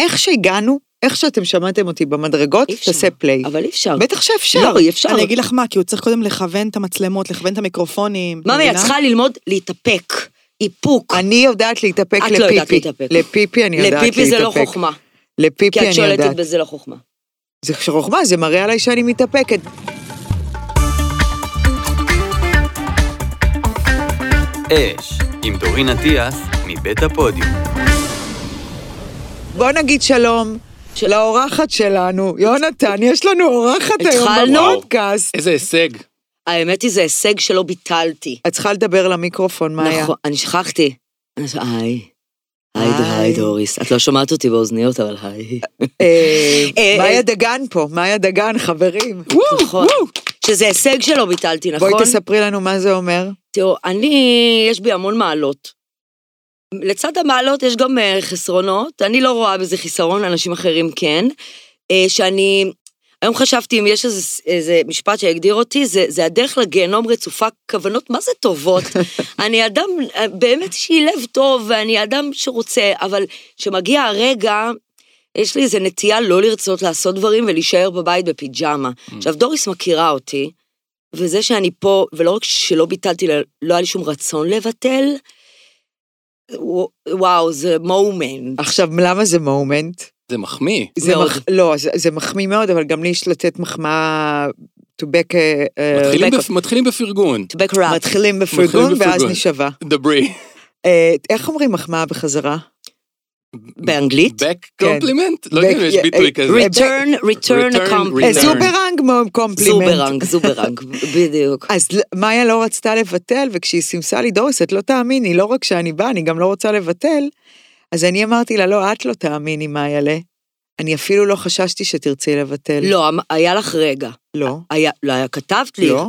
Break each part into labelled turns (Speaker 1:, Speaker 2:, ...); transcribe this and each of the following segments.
Speaker 1: איך שהגענו, איך שאתם שמעתם אותי במדרגות,
Speaker 2: אי אפשר.
Speaker 1: תעשה פליי.
Speaker 2: אבל אי אפשר.
Speaker 1: בטח שאפשר.
Speaker 2: לא, אי אפשר.
Speaker 3: אני אגיד לך מה, כי הוא צריך קודם לכוון את המצלמות, לכוון את המיקרופונים. את
Speaker 2: מאמי, לא, את
Speaker 3: מבינה?
Speaker 2: צריכה ללמוד להתאפק. איפוק.
Speaker 1: אני יודעת להתאפק
Speaker 2: את לא
Speaker 1: לפיפי.
Speaker 2: יודעת להתאפק.
Speaker 1: לפיפי אני יודעת להתאפק.
Speaker 2: לפיפי זה לא חוכמה.
Speaker 1: לפיפי
Speaker 2: כי את
Speaker 1: אני יודעת.
Speaker 2: שולטת בזה לא חוכמה.
Speaker 1: זה שרוחמה, זה מראה עליי שאני מתאפקת.
Speaker 4: אש, עם דורין אטיאס, מבית הפודיום.
Speaker 1: בוא נגיד שלום
Speaker 2: ש-
Speaker 1: לאורחת שלנו, יונתן, יש לנו אורחת היום
Speaker 2: התחלנו?
Speaker 1: בפודקאסט.
Speaker 5: איזה הישג.
Speaker 2: האמת היא, זה הישג שלא ביטלתי.
Speaker 1: את צריכה לדבר למיקרופון, מאיה.
Speaker 2: נכון, אני שכחתי. אני ש- היי. היי, ד-
Speaker 1: היי.
Speaker 2: היי דוריס. את לא שומעת אותי באוזניות, אבל היי.
Speaker 1: אה,
Speaker 2: אה,
Speaker 1: מאיה
Speaker 2: אה.
Speaker 1: דגן פה, מאיה דגן, חברים.
Speaker 2: נכון. שזה הישג שלא ביטלתי, נכון?
Speaker 1: בואי תספרי לנו מה זה אומר.
Speaker 2: תראו, אני, יש בי המון מעלות. לצד המעלות יש גם אה, חסרונות, אני לא רואה בזה חיסרון, אנשים אחרים כן. אה, שאני, היום חשבתי אם יש איזה, איזה משפט שיגדיר אותי, זה, זה הדרך לגיהנום רצופה כוונות, מה זה טובות? אני אדם, אה, באמת יש לי לב טוב, ואני אדם שרוצה, אבל כשמגיע הרגע, יש לי איזו נטייה לא לרצות לעשות דברים ולהישאר בבית בפיג'מה. עכשיו, דוריס מכירה אותי, וזה שאני פה, ולא רק שלא ביטלתי, לא היה לי שום רצון לבטל, וו- וואו, זה מומנט.
Speaker 1: עכשיו, למה זה מומנט?
Speaker 5: זה מחמיא.
Speaker 1: זה
Speaker 2: מאוד.
Speaker 1: מח- לא, זה- זה מחמיא מאוד, אבל גם לי יש לתת מחמאה to back a- a-
Speaker 5: מתחילים
Speaker 1: אה, back
Speaker 5: בפ- מתחילים בפרגון.
Speaker 2: to back her up.
Speaker 1: מתחילים בפרגון ואז
Speaker 5: בפרגון.
Speaker 1: נשבע.
Speaker 5: דברי.
Speaker 1: אה, איך אומרים מחמאה בחזרה?
Speaker 2: באנגלית?
Speaker 5: Back
Speaker 1: כן.
Speaker 5: קומפלימנט? לא יודע אם
Speaker 1: Back-
Speaker 5: יש
Speaker 1: אה, אה,
Speaker 5: ביטוי כזה.
Speaker 2: return, return
Speaker 5: return,
Speaker 1: אה,
Speaker 2: accomplish.
Speaker 5: return.
Speaker 1: זוברנג מו- קומפלימנט.
Speaker 2: זוברנג, זוברנג, בדיוק.
Speaker 1: אז ל- מאיה לא רצתה לבטל, וכשהיא סימסה לי, דוריס, את לא תאמיני, לא רק שאני באה, אני גם לא רוצה לבטל. אז אני אמרתי לה, לא, את לא תאמיני, מאיה, ל... אני אפילו לא חששתי שתרצי לבטל.
Speaker 2: לא, אמ- היה לך רגע.
Speaker 1: לא.
Speaker 2: היה, לא, היה, כתבת לי.
Speaker 1: לא.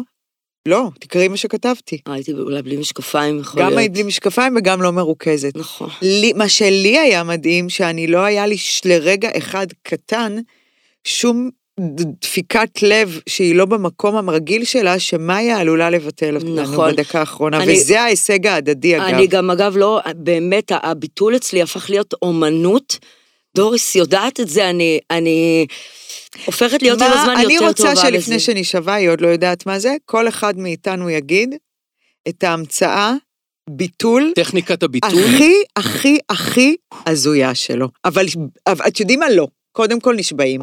Speaker 1: לא, תקראי מה שכתבתי.
Speaker 2: אה, הייתי אולי בלי משקפיים, יכול להיות.
Speaker 1: גם היית בלי משקפיים וגם לא מרוכזת.
Speaker 2: נכון.
Speaker 1: לי, מה שלי היה מדהים, שאני לא היה לי ש- לרגע אחד קטן שום ד- דפיקת לב שהיא לא במקום הרגיל שלה, שמאיה עלולה לבטל אותנו
Speaker 2: נכון.
Speaker 1: בדקה האחרונה,
Speaker 2: אני-
Speaker 1: וזה ההישג ההדדי אגב.
Speaker 2: אני גם, אגב, לא, באמת, ה- הביטול אצלי הפך להיות אומנות. דוריס יודעת את זה, אני, אני הופכת להיות עם הזמן
Speaker 1: אני
Speaker 2: יותר טובה
Speaker 1: רוצה
Speaker 2: בזה.
Speaker 1: שלפני שנישבע, היא עוד לא יודעת מה זה, כל אחד מאיתנו יגיד את ההמצאה, ביטול,
Speaker 5: טכניקת הביטוי.
Speaker 1: הכי, הכי, הכי הזויה שלו. אבל, אבל את יודעים מה? לא. קודם כל נשבעים.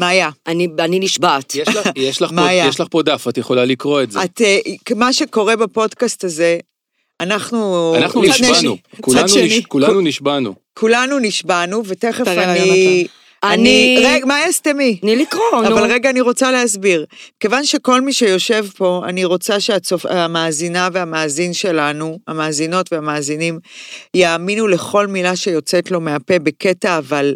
Speaker 1: מאיה,
Speaker 2: אני, אני נשבעת.
Speaker 5: יש לך- יש לך פה-
Speaker 1: מאיה.
Speaker 5: יש לך פה דף, את יכולה לקרוא את זה.
Speaker 1: את, אה, מה שקורה בפודקאסט הזה, אנחנו...
Speaker 5: אנחנו
Speaker 1: לפני ש-
Speaker 5: נשבענו.
Speaker 1: צד
Speaker 5: כולנו
Speaker 1: שני.
Speaker 5: נש- כולנו נשבענו.
Speaker 1: כולנו נשבענו, ותכף
Speaker 3: תראה לה,
Speaker 1: אני...
Speaker 2: אני...
Speaker 1: רגע, מה יסתמי?
Speaker 2: תני לקרוא, נו.
Speaker 1: אבל רגע, אני רוצה להסביר. כיוון שכל מי שיושב פה, אני רוצה שהמאזינה והמאזין שלנו, המאזינות והמאזינים, יאמינו לכל מילה שיוצאת לו מהפה בקטע, אבל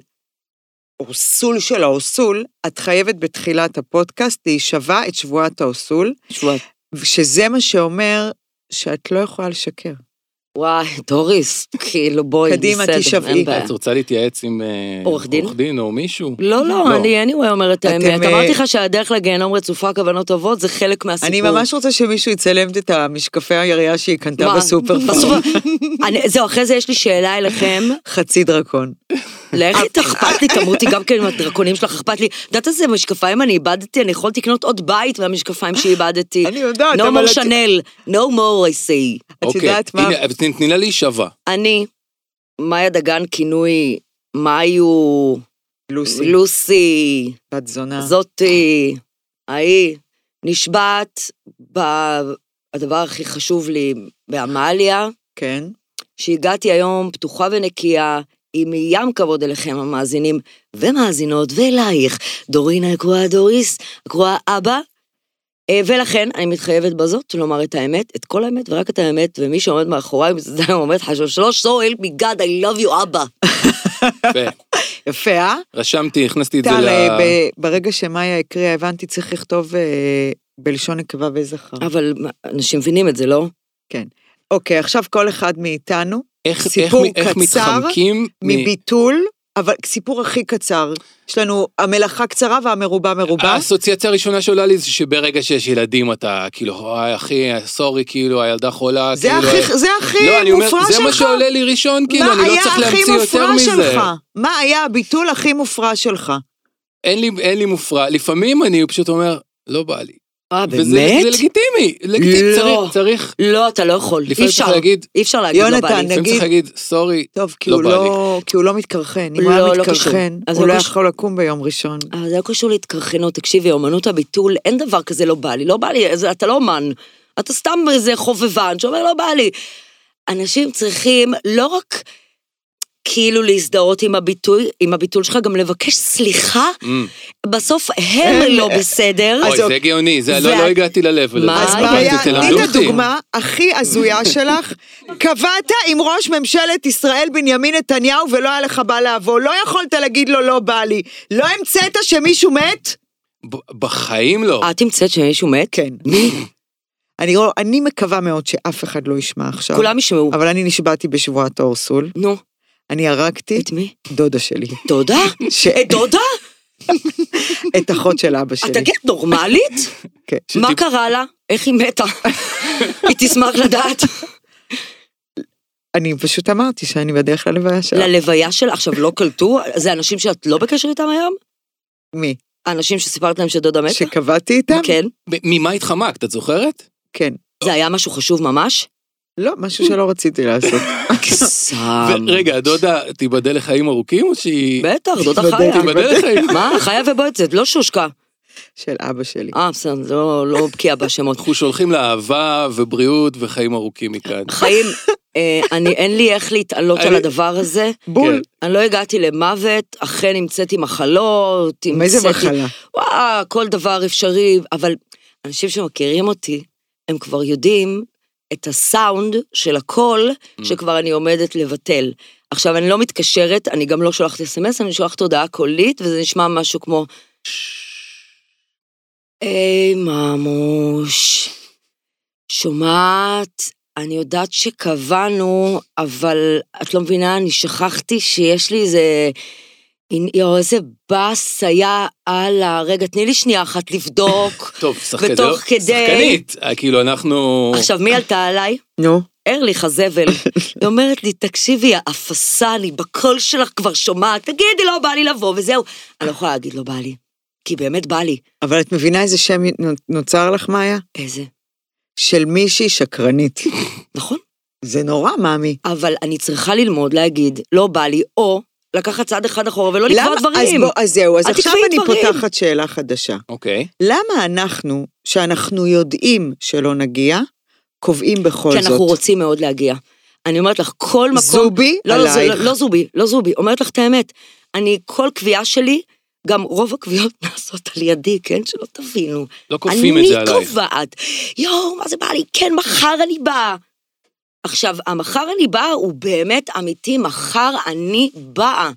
Speaker 1: אורסול של האורסול, את חייבת בתחילת הפודקאסט להישבע את שבועת האורסול,
Speaker 2: שבועת.
Speaker 1: שזה מה שאומר שאת לא יכולה לשקר.
Speaker 2: וואי, דוריס, כאילו, בואי,
Speaker 1: קדימה, אה,
Speaker 2: בסדר,
Speaker 1: תישבעי.
Speaker 2: אין בעיה.
Speaker 5: את רוצה להתייעץ עם אה,
Speaker 2: עורך דין?
Speaker 5: עורך דין או מישהו?
Speaker 2: לא,
Speaker 5: לא.
Speaker 2: לא, אני anyway אומרת את
Speaker 1: אתם,
Speaker 2: האמת.
Speaker 1: אה,
Speaker 2: אמרתי לך שהדרך לגיהנום רצופה כוונות טובות, זה חלק מהסיפור.
Speaker 1: אני ממש רוצה שמישהו יצלם את המשקפי הירייה שהיא קנתה
Speaker 2: מה?
Speaker 1: בסופר
Speaker 2: בסופר. אני- זהו, אחרי זה יש לי שאלה אליכם.
Speaker 1: חצי דרקון.
Speaker 2: לאיך את אכפת לי, תמותי גם כן עם הדרקונים שלך, אכפת לי. את יודעת איזה משקפיים אני איבדתי? אני יכול לקנות עוד בית מהמשקפיים שאיבדתי.
Speaker 1: אני לא יודעת,
Speaker 2: No
Speaker 1: אבל
Speaker 2: more
Speaker 1: את- אוקיי,
Speaker 2: שנל, no more I say.
Speaker 1: את יודעת מה?
Speaker 5: אוקיי. הנה, אבל תני- תני לה להישבע.
Speaker 2: אני, מאיה דגן, כינוי מאיו,
Speaker 1: לוסי, אה.
Speaker 2: לוסי,
Speaker 1: בת זונה.
Speaker 2: זאתי, ההיא, נשבעת בדבר הכי חשוב לי, בעמליה,
Speaker 1: כן.
Speaker 2: שהגעתי היום פתוחה ונקייה, עם ים כבוד אליכם המאזינים ומאזינות, ואלייך, דורין הקרואה דוריס, הקרואה אבא. אה, ולכן אני מתחייבת בזאת לומר את האמת, את כל האמת ורק את האמת, ומי שעומד מאחוריי ומצדדיי אומר לך שלוש, "לא, so help me God, I love you אבא.
Speaker 5: יפה.
Speaker 1: יפה, אה?
Speaker 5: רשמתי, הכנסתי את זה
Speaker 1: טל, אה,
Speaker 5: ל...
Speaker 1: ב- ברגע שמאיה הקריאה, הבנתי, צריך לכתוב אה, בלשון נקבה וזכר.
Speaker 2: אבל מה, אנשים מבינים את זה, לא?
Speaker 1: אוקיי, עכשיו כל אחד מאיתנו,
Speaker 5: איך- איך
Speaker 1: סיפור
Speaker 5: מ- איך
Speaker 1: קצר
Speaker 5: מתחמקים מ-
Speaker 1: מביטול אבל סיפור הכי קצר, יש לנו המלאכה קצרה והמרובה מרובה.
Speaker 5: אה, האסוציאציה הראשונה שעולה לי זה שברגע שיש ילדים אתה כאילו, "אוי, אחי, סורי, כאילו, הילדה חולה,
Speaker 1: זה
Speaker 5: כאילו...
Speaker 1: הכי- זה הכי
Speaker 5: לא, אני אומר,
Speaker 1: מופרע
Speaker 5: זה מה
Speaker 1: שלך.
Speaker 5: שעולה לי ראשון, כאילו, אני לא צריך להמציא יותר
Speaker 1: מה היה הכי מופרע
Speaker 5: מזה.
Speaker 1: שלך? מה היה הביטול הכי מופרע שלך?
Speaker 5: אין לי- אין לי מופרע, לפעמים אני פשוט אומר, לא בא לי.
Speaker 2: אה,
Speaker 5: וזה
Speaker 2: באמת?
Speaker 5: זה לגיטימי, לגיטימי,
Speaker 2: לא.
Speaker 5: צריך, צריך,
Speaker 2: לא, אתה לא יכול.
Speaker 5: לפעמים
Speaker 2: אי אפשר.
Speaker 5: צריך להגיד-
Speaker 2: אי אפשר להגיד לא בא
Speaker 1: יונתן,
Speaker 2: לי.
Speaker 5: לפעמים צריך
Speaker 1: אה, נגיד-
Speaker 5: להגיד, סורי,
Speaker 1: טוב, כי
Speaker 5: לא
Speaker 1: הוא
Speaker 5: בא
Speaker 1: לא- כי הוא לא מתקרחן. אם הוא
Speaker 2: לא,
Speaker 1: היה
Speaker 2: לא
Speaker 1: מתקרחן,
Speaker 2: קשור. אז
Speaker 1: הוא
Speaker 2: לא
Speaker 1: לא
Speaker 2: קשור.
Speaker 1: יכול לקום ביום ראשון.
Speaker 2: אה, זה לא קשור להתקרחנות, תקשיבי, אומנות הביטול, אין דבר כזה לא בא לי, לא בא לי, זה- אתה לא אומן. אתה סתם איזה חובבן שאומר לא בא לי. אנשים צריכים לא רק כאילו להזדהות עם הביטוי, עם הביטול שלך, גם לבקש סליחה,
Speaker 5: Mm.
Speaker 2: בסוף הם
Speaker 1: הם-
Speaker 2: לא בסדר.
Speaker 5: אוי,
Speaker 1: אוקיי.
Speaker 5: זה גאוני, זה לא
Speaker 2: וה-
Speaker 5: לא הגעתי ל-level
Speaker 2: מה?
Speaker 1: אז
Speaker 5: הזה,
Speaker 2: אה,
Speaker 1: בעיה,
Speaker 5: הבנתי,
Speaker 1: תני
Speaker 5: תלמדו
Speaker 1: את
Speaker 5: אותי.
Speaker 1: הדוגמה הכי הזויה שלך. קבעת עם ראש ממשלת ישראל בנימין נתניהו ולא היה לך בא לעבור. לא יכולת להגיד לו לא בא לי. לא המצאת שמישהו מת?
Speaker 5: ב- בחיים לא.
Speaker 1: אה.
Speaker 2: את המצאת שמישהו מת?
Speaker 1: כן.
Speaker 2: מי?
Speaker 1: אני, רוא- אני מקווה מאוד שאף אחד לא ישמע עכשיו.
Speaker 2: כולם ישמעו.
Speaker 1: אבל אני נשבעתי בשבועת האורסול.
Speaker 2: נו,
Speaker 1: אני הרגתי
Speaker 2: את מי?
Speaker 1: דודה שלי.
Speaker 2: דודה?
Speaker 1: ש-
Speaker 2: את דודה?
Speaker 1: את אחות של אבא
Speaker 2: את
Speaker 1: שלי.
Speaker 2: אה, תגיד נורמלית?
Speaker 1: כן.
Speaker 2: מה קרה לה? איך היא מתה? היא תשמח לדעת.
Speaker 1: אני פשוט אמרתי שאני בדרך ללוויה שלה.
Speaker 2: ללוויה שלה, עכשיו לא קלטו? זה אנשים שאת לא בקשר איתם היום?
Speaker 1: מי?
Speaker 2: האנשים שסיפרת להם שדודה מתה?
Speaker 1: שקבעתי איתם?
Speaker 2: כן.
Speaker 5: ב- ממה התחמקת, את זוכרת?
Speaker 1: כן.
Speaker 2: זה היה משהו חשוב ממש?
Speaker 1: לא, משהו שלא רציתי לעשות.
Speaker 2: קסם.
Speaker 5: ו- רגע, הדודה תיבדל לחיים ארוכים או שהיא...
Speaker 2: אמ. בטח, דודה
Speaker 1: בדרך,
Speaker 2: חיה.
Speaker 5: תיבדל לחיים.
Speaker 2: מה, חיה ובועצת, לא שושקה.
Speaker 1: של אבא שלי.
Speaker 2: אה, בסדר, זה לא לא בקיאה בשמות.
Speaker 5: אנחנו שולחים לה אהבה ובריאות וחיים ארוכים מכאן.
Speaker 2: חיים, אה, אני, אין לי איך להתעלות על
Speaker 5: אני-
Speaker 2: הדבר הזה.
Speaker 1: בול.
Speaker 2: אני לא הגעתי למוות, אכן המצאתי מחלות, המצאתי...
Speaker 1: מאיזה מחלה?
Speaker 2: וואה, כל דבר אפשרי, אבל אנשים שמכירים אותי, הם כבר יודעים את הסאונד של הקול שכבר אני עומדת לבטל. עכשיו, אני לא מתקשרת, אני גם לא שולחת אס.אם.אס, אני שולחת הודעה קולית, וזה נשמע משהו כמו... היי, ממוש, שומעת? אני יודעת שקבענו, אבל את לא מבינה, אני שכחתי שיש לי איזה... יואו, איזה באס היה על ה... רגע, תני לי שנייה אחת לבדוק.
Speaker 5: טוב, שחקנית.
Speaker 2: ותוך כדי-
Speaker 5: שחקנית, אה, כאילו אנחנו...
Speaker 2: עכשיו, מי עלתה עליי?
Speaker 1: נו.
Speaker 2: ארליך הזבל. היא אומרת לי, תקשיבי, יא אפסה, אני בקול שלך כבר שומעת, תגידי, לא בא לי לבוא, וזהו. אני לא יכולה להגיד, לא בא לי, כי באמת בא לי.
Speaker 1: אבל את מבינה איזה שם נוצר לך, מאיה?
Speaker 2: איזה,
Speaker 1: של מישהי שקרנית.
Speaker 2: נכון?
Speaker 1: זה נורא, מאמי.
Speaker 2: אבל אני צריכה ללמוד להגיד, לא בא לי, או לקחת צעד אחד אחורה ולא לקבוע
Speaker 1: אז,
Speaker 2: לא דברים.
Speaker 1: בוא, אז זהו, אז
Speaker 2: אל
Speaker 1: עכשיו
Speaker 2: תקבעי
Speaker 1: אני
Speaker 2: דברים.
Speaker 1: פותחת שאלה חדשה.
Speaker 5: אוקיי.
Speaker 1: למה אנחנו, שאנחנו יודעים שלא נגיע, קובעים בכל
Speaker 2: כי
Speaker 1: זאת?
Speaker 2: אנחנו רוצים מאוד להגיע. אני אומרת לך, כל מקום...
Speaker 1: זובי
Speaker 2: לא, לא, זה
Speaker 1: עלייך.
Speaker 2: לא, לא זובי, לא זובי, אומרת לך את האמת. אני, כל קביעה שלי, גם רוב הקביעות נעשות על ידי, כן? שלא תבינו.
Speaker 5: לא כופים את זה
Speaker 2: אני
Speaker 5: עלייך.
Speaker 2: קובעת. יואו, מה זה בא לי? כן, מחר אני באה. עכשיו, המחר אני באה הוא באמת אמיתי, מחר אני באה.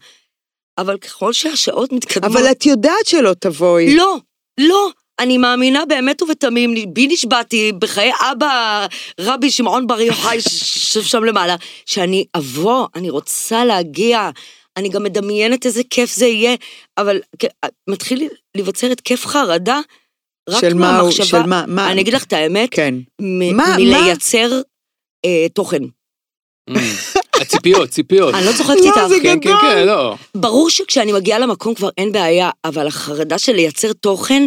Speaker 2: אבל ככל שהשעות מתקדמות...
Speaker 1: אבל את יודעת שלא תבואי.
Speaker 2: לא, לא. אני מאמינה באמת ובתמים, בי נשבעתי בחיי אבא רבי שמעון בר יוחאי שיושב שם למעלה, שאני אבוא, אני רוצה להגיע, אני גם מדמיינת איזה כיף זה יהיה, אבל כ- אה, מתחיל לי- להיווצר התקף חרדה, רק
Speaker 1: של מה הוא-
Speaker 2: מהמחשבה,
Speaker 1: של מה- מה-
Speaker 2: אני אגיד לך את האמת,
Speaker 1: כן.
Speaker 2: מ-
Speaker 1: מה-
Speaker 2: מלייצר אה, תוכן.
Speaker 5: Mm. הציפיות, ציפיות.
Speaker 2: אני לא צוחקת
Speaker 1: לא,
Speaker 2: איתך.
Speaker 1: זה
Speaker 5: כן, כן, כן, לא.
Speaker 2: ברור שכשאני מגיעה למקום כבר אין בעיה, אבל החרדה של לייצר תוכן,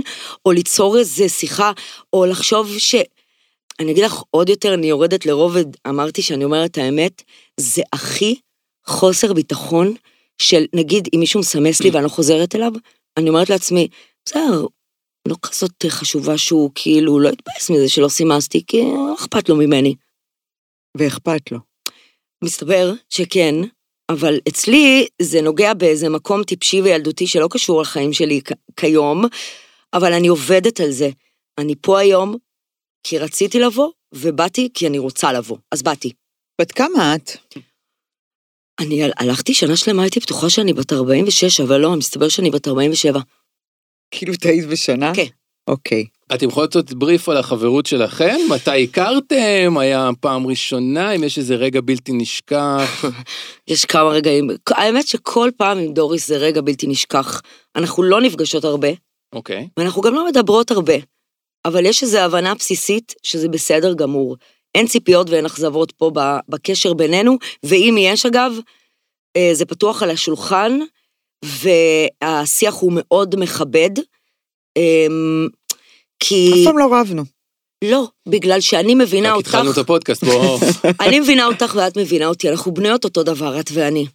Speaker 2: או ליצור איזה שיחה, או לחשוב ש... אני אגיד לך עוד יותר, אני יורדת לרובד, אמרתי שאני אומרת את האמת, זה הכי חוסר ביטחון של, נגיד, אם מישהו מסמס לי ואני לא חוזרת אליו, אני אומרת לעצמי, בסדר, לא כזאת חשובה שהוא כאילו לא יתבאס מזה שלא סימסתי, כי לא אכפת לו ממני.
Speaker 1: ואכפת לו.
Speaker 2: מסתבר שכן, אבל אצלי זה נוגע באיזה מקום טיפשי וילדותי שלא קשור לחיים שלי כ- כיום, אבל אני עובדת על זה. אני פה היום כי רציתי לבוא, ובאתי כי אני רוצה לבוא, אז באתי.
Speaker 1: בת כמה את?
Speaker 2: אני הל- הלכתי שנה שלמה, הייתי בטוחה שאני בת 46, אבל לא, מסתבר שאני בת 47.
Speaker 1: כאילו טעית בשנה?
Speaker 2: כן.
Speaker 1: אוקיי.
Speaker 5: אתם יכולים לתת בריף על החברות שלכם? מתי הכרתם? היה פעם ראשונה? אם יש איזה רגע בלתי נשכח?
Speaker 2: יש כמה רגעים. האמת שכל פעם עם דוריס זה רגע בלתי נשכח. אנחנו לא נפגשות הרבה,
Speaker 5: אוקיי.
Speaker 2: ואנחנו גם לא מדברות הרבה. אבל יש איזו הבנה בסיסית שזה בסדר גמור. אין ציפיות ואין אכזבות פה ב- בקשר בינינו, ואם יש אגב, אה, זה פתוח על השולחן, והשיח הוא מאוד מכבד. אמ, כי...
Speaker 1: אף פעם לא רבנו.
Speaker 2: לא, בגלל שאני מבינה
Speaker 5: רק
Speaker 2: אותך.
Speaker 5: התחלנו את הפודקאסט, בואו.
Speaker 2: אני מבינה אותך ואת מבינה אותי, אנחנו בנויות אותו דבר, את ואני.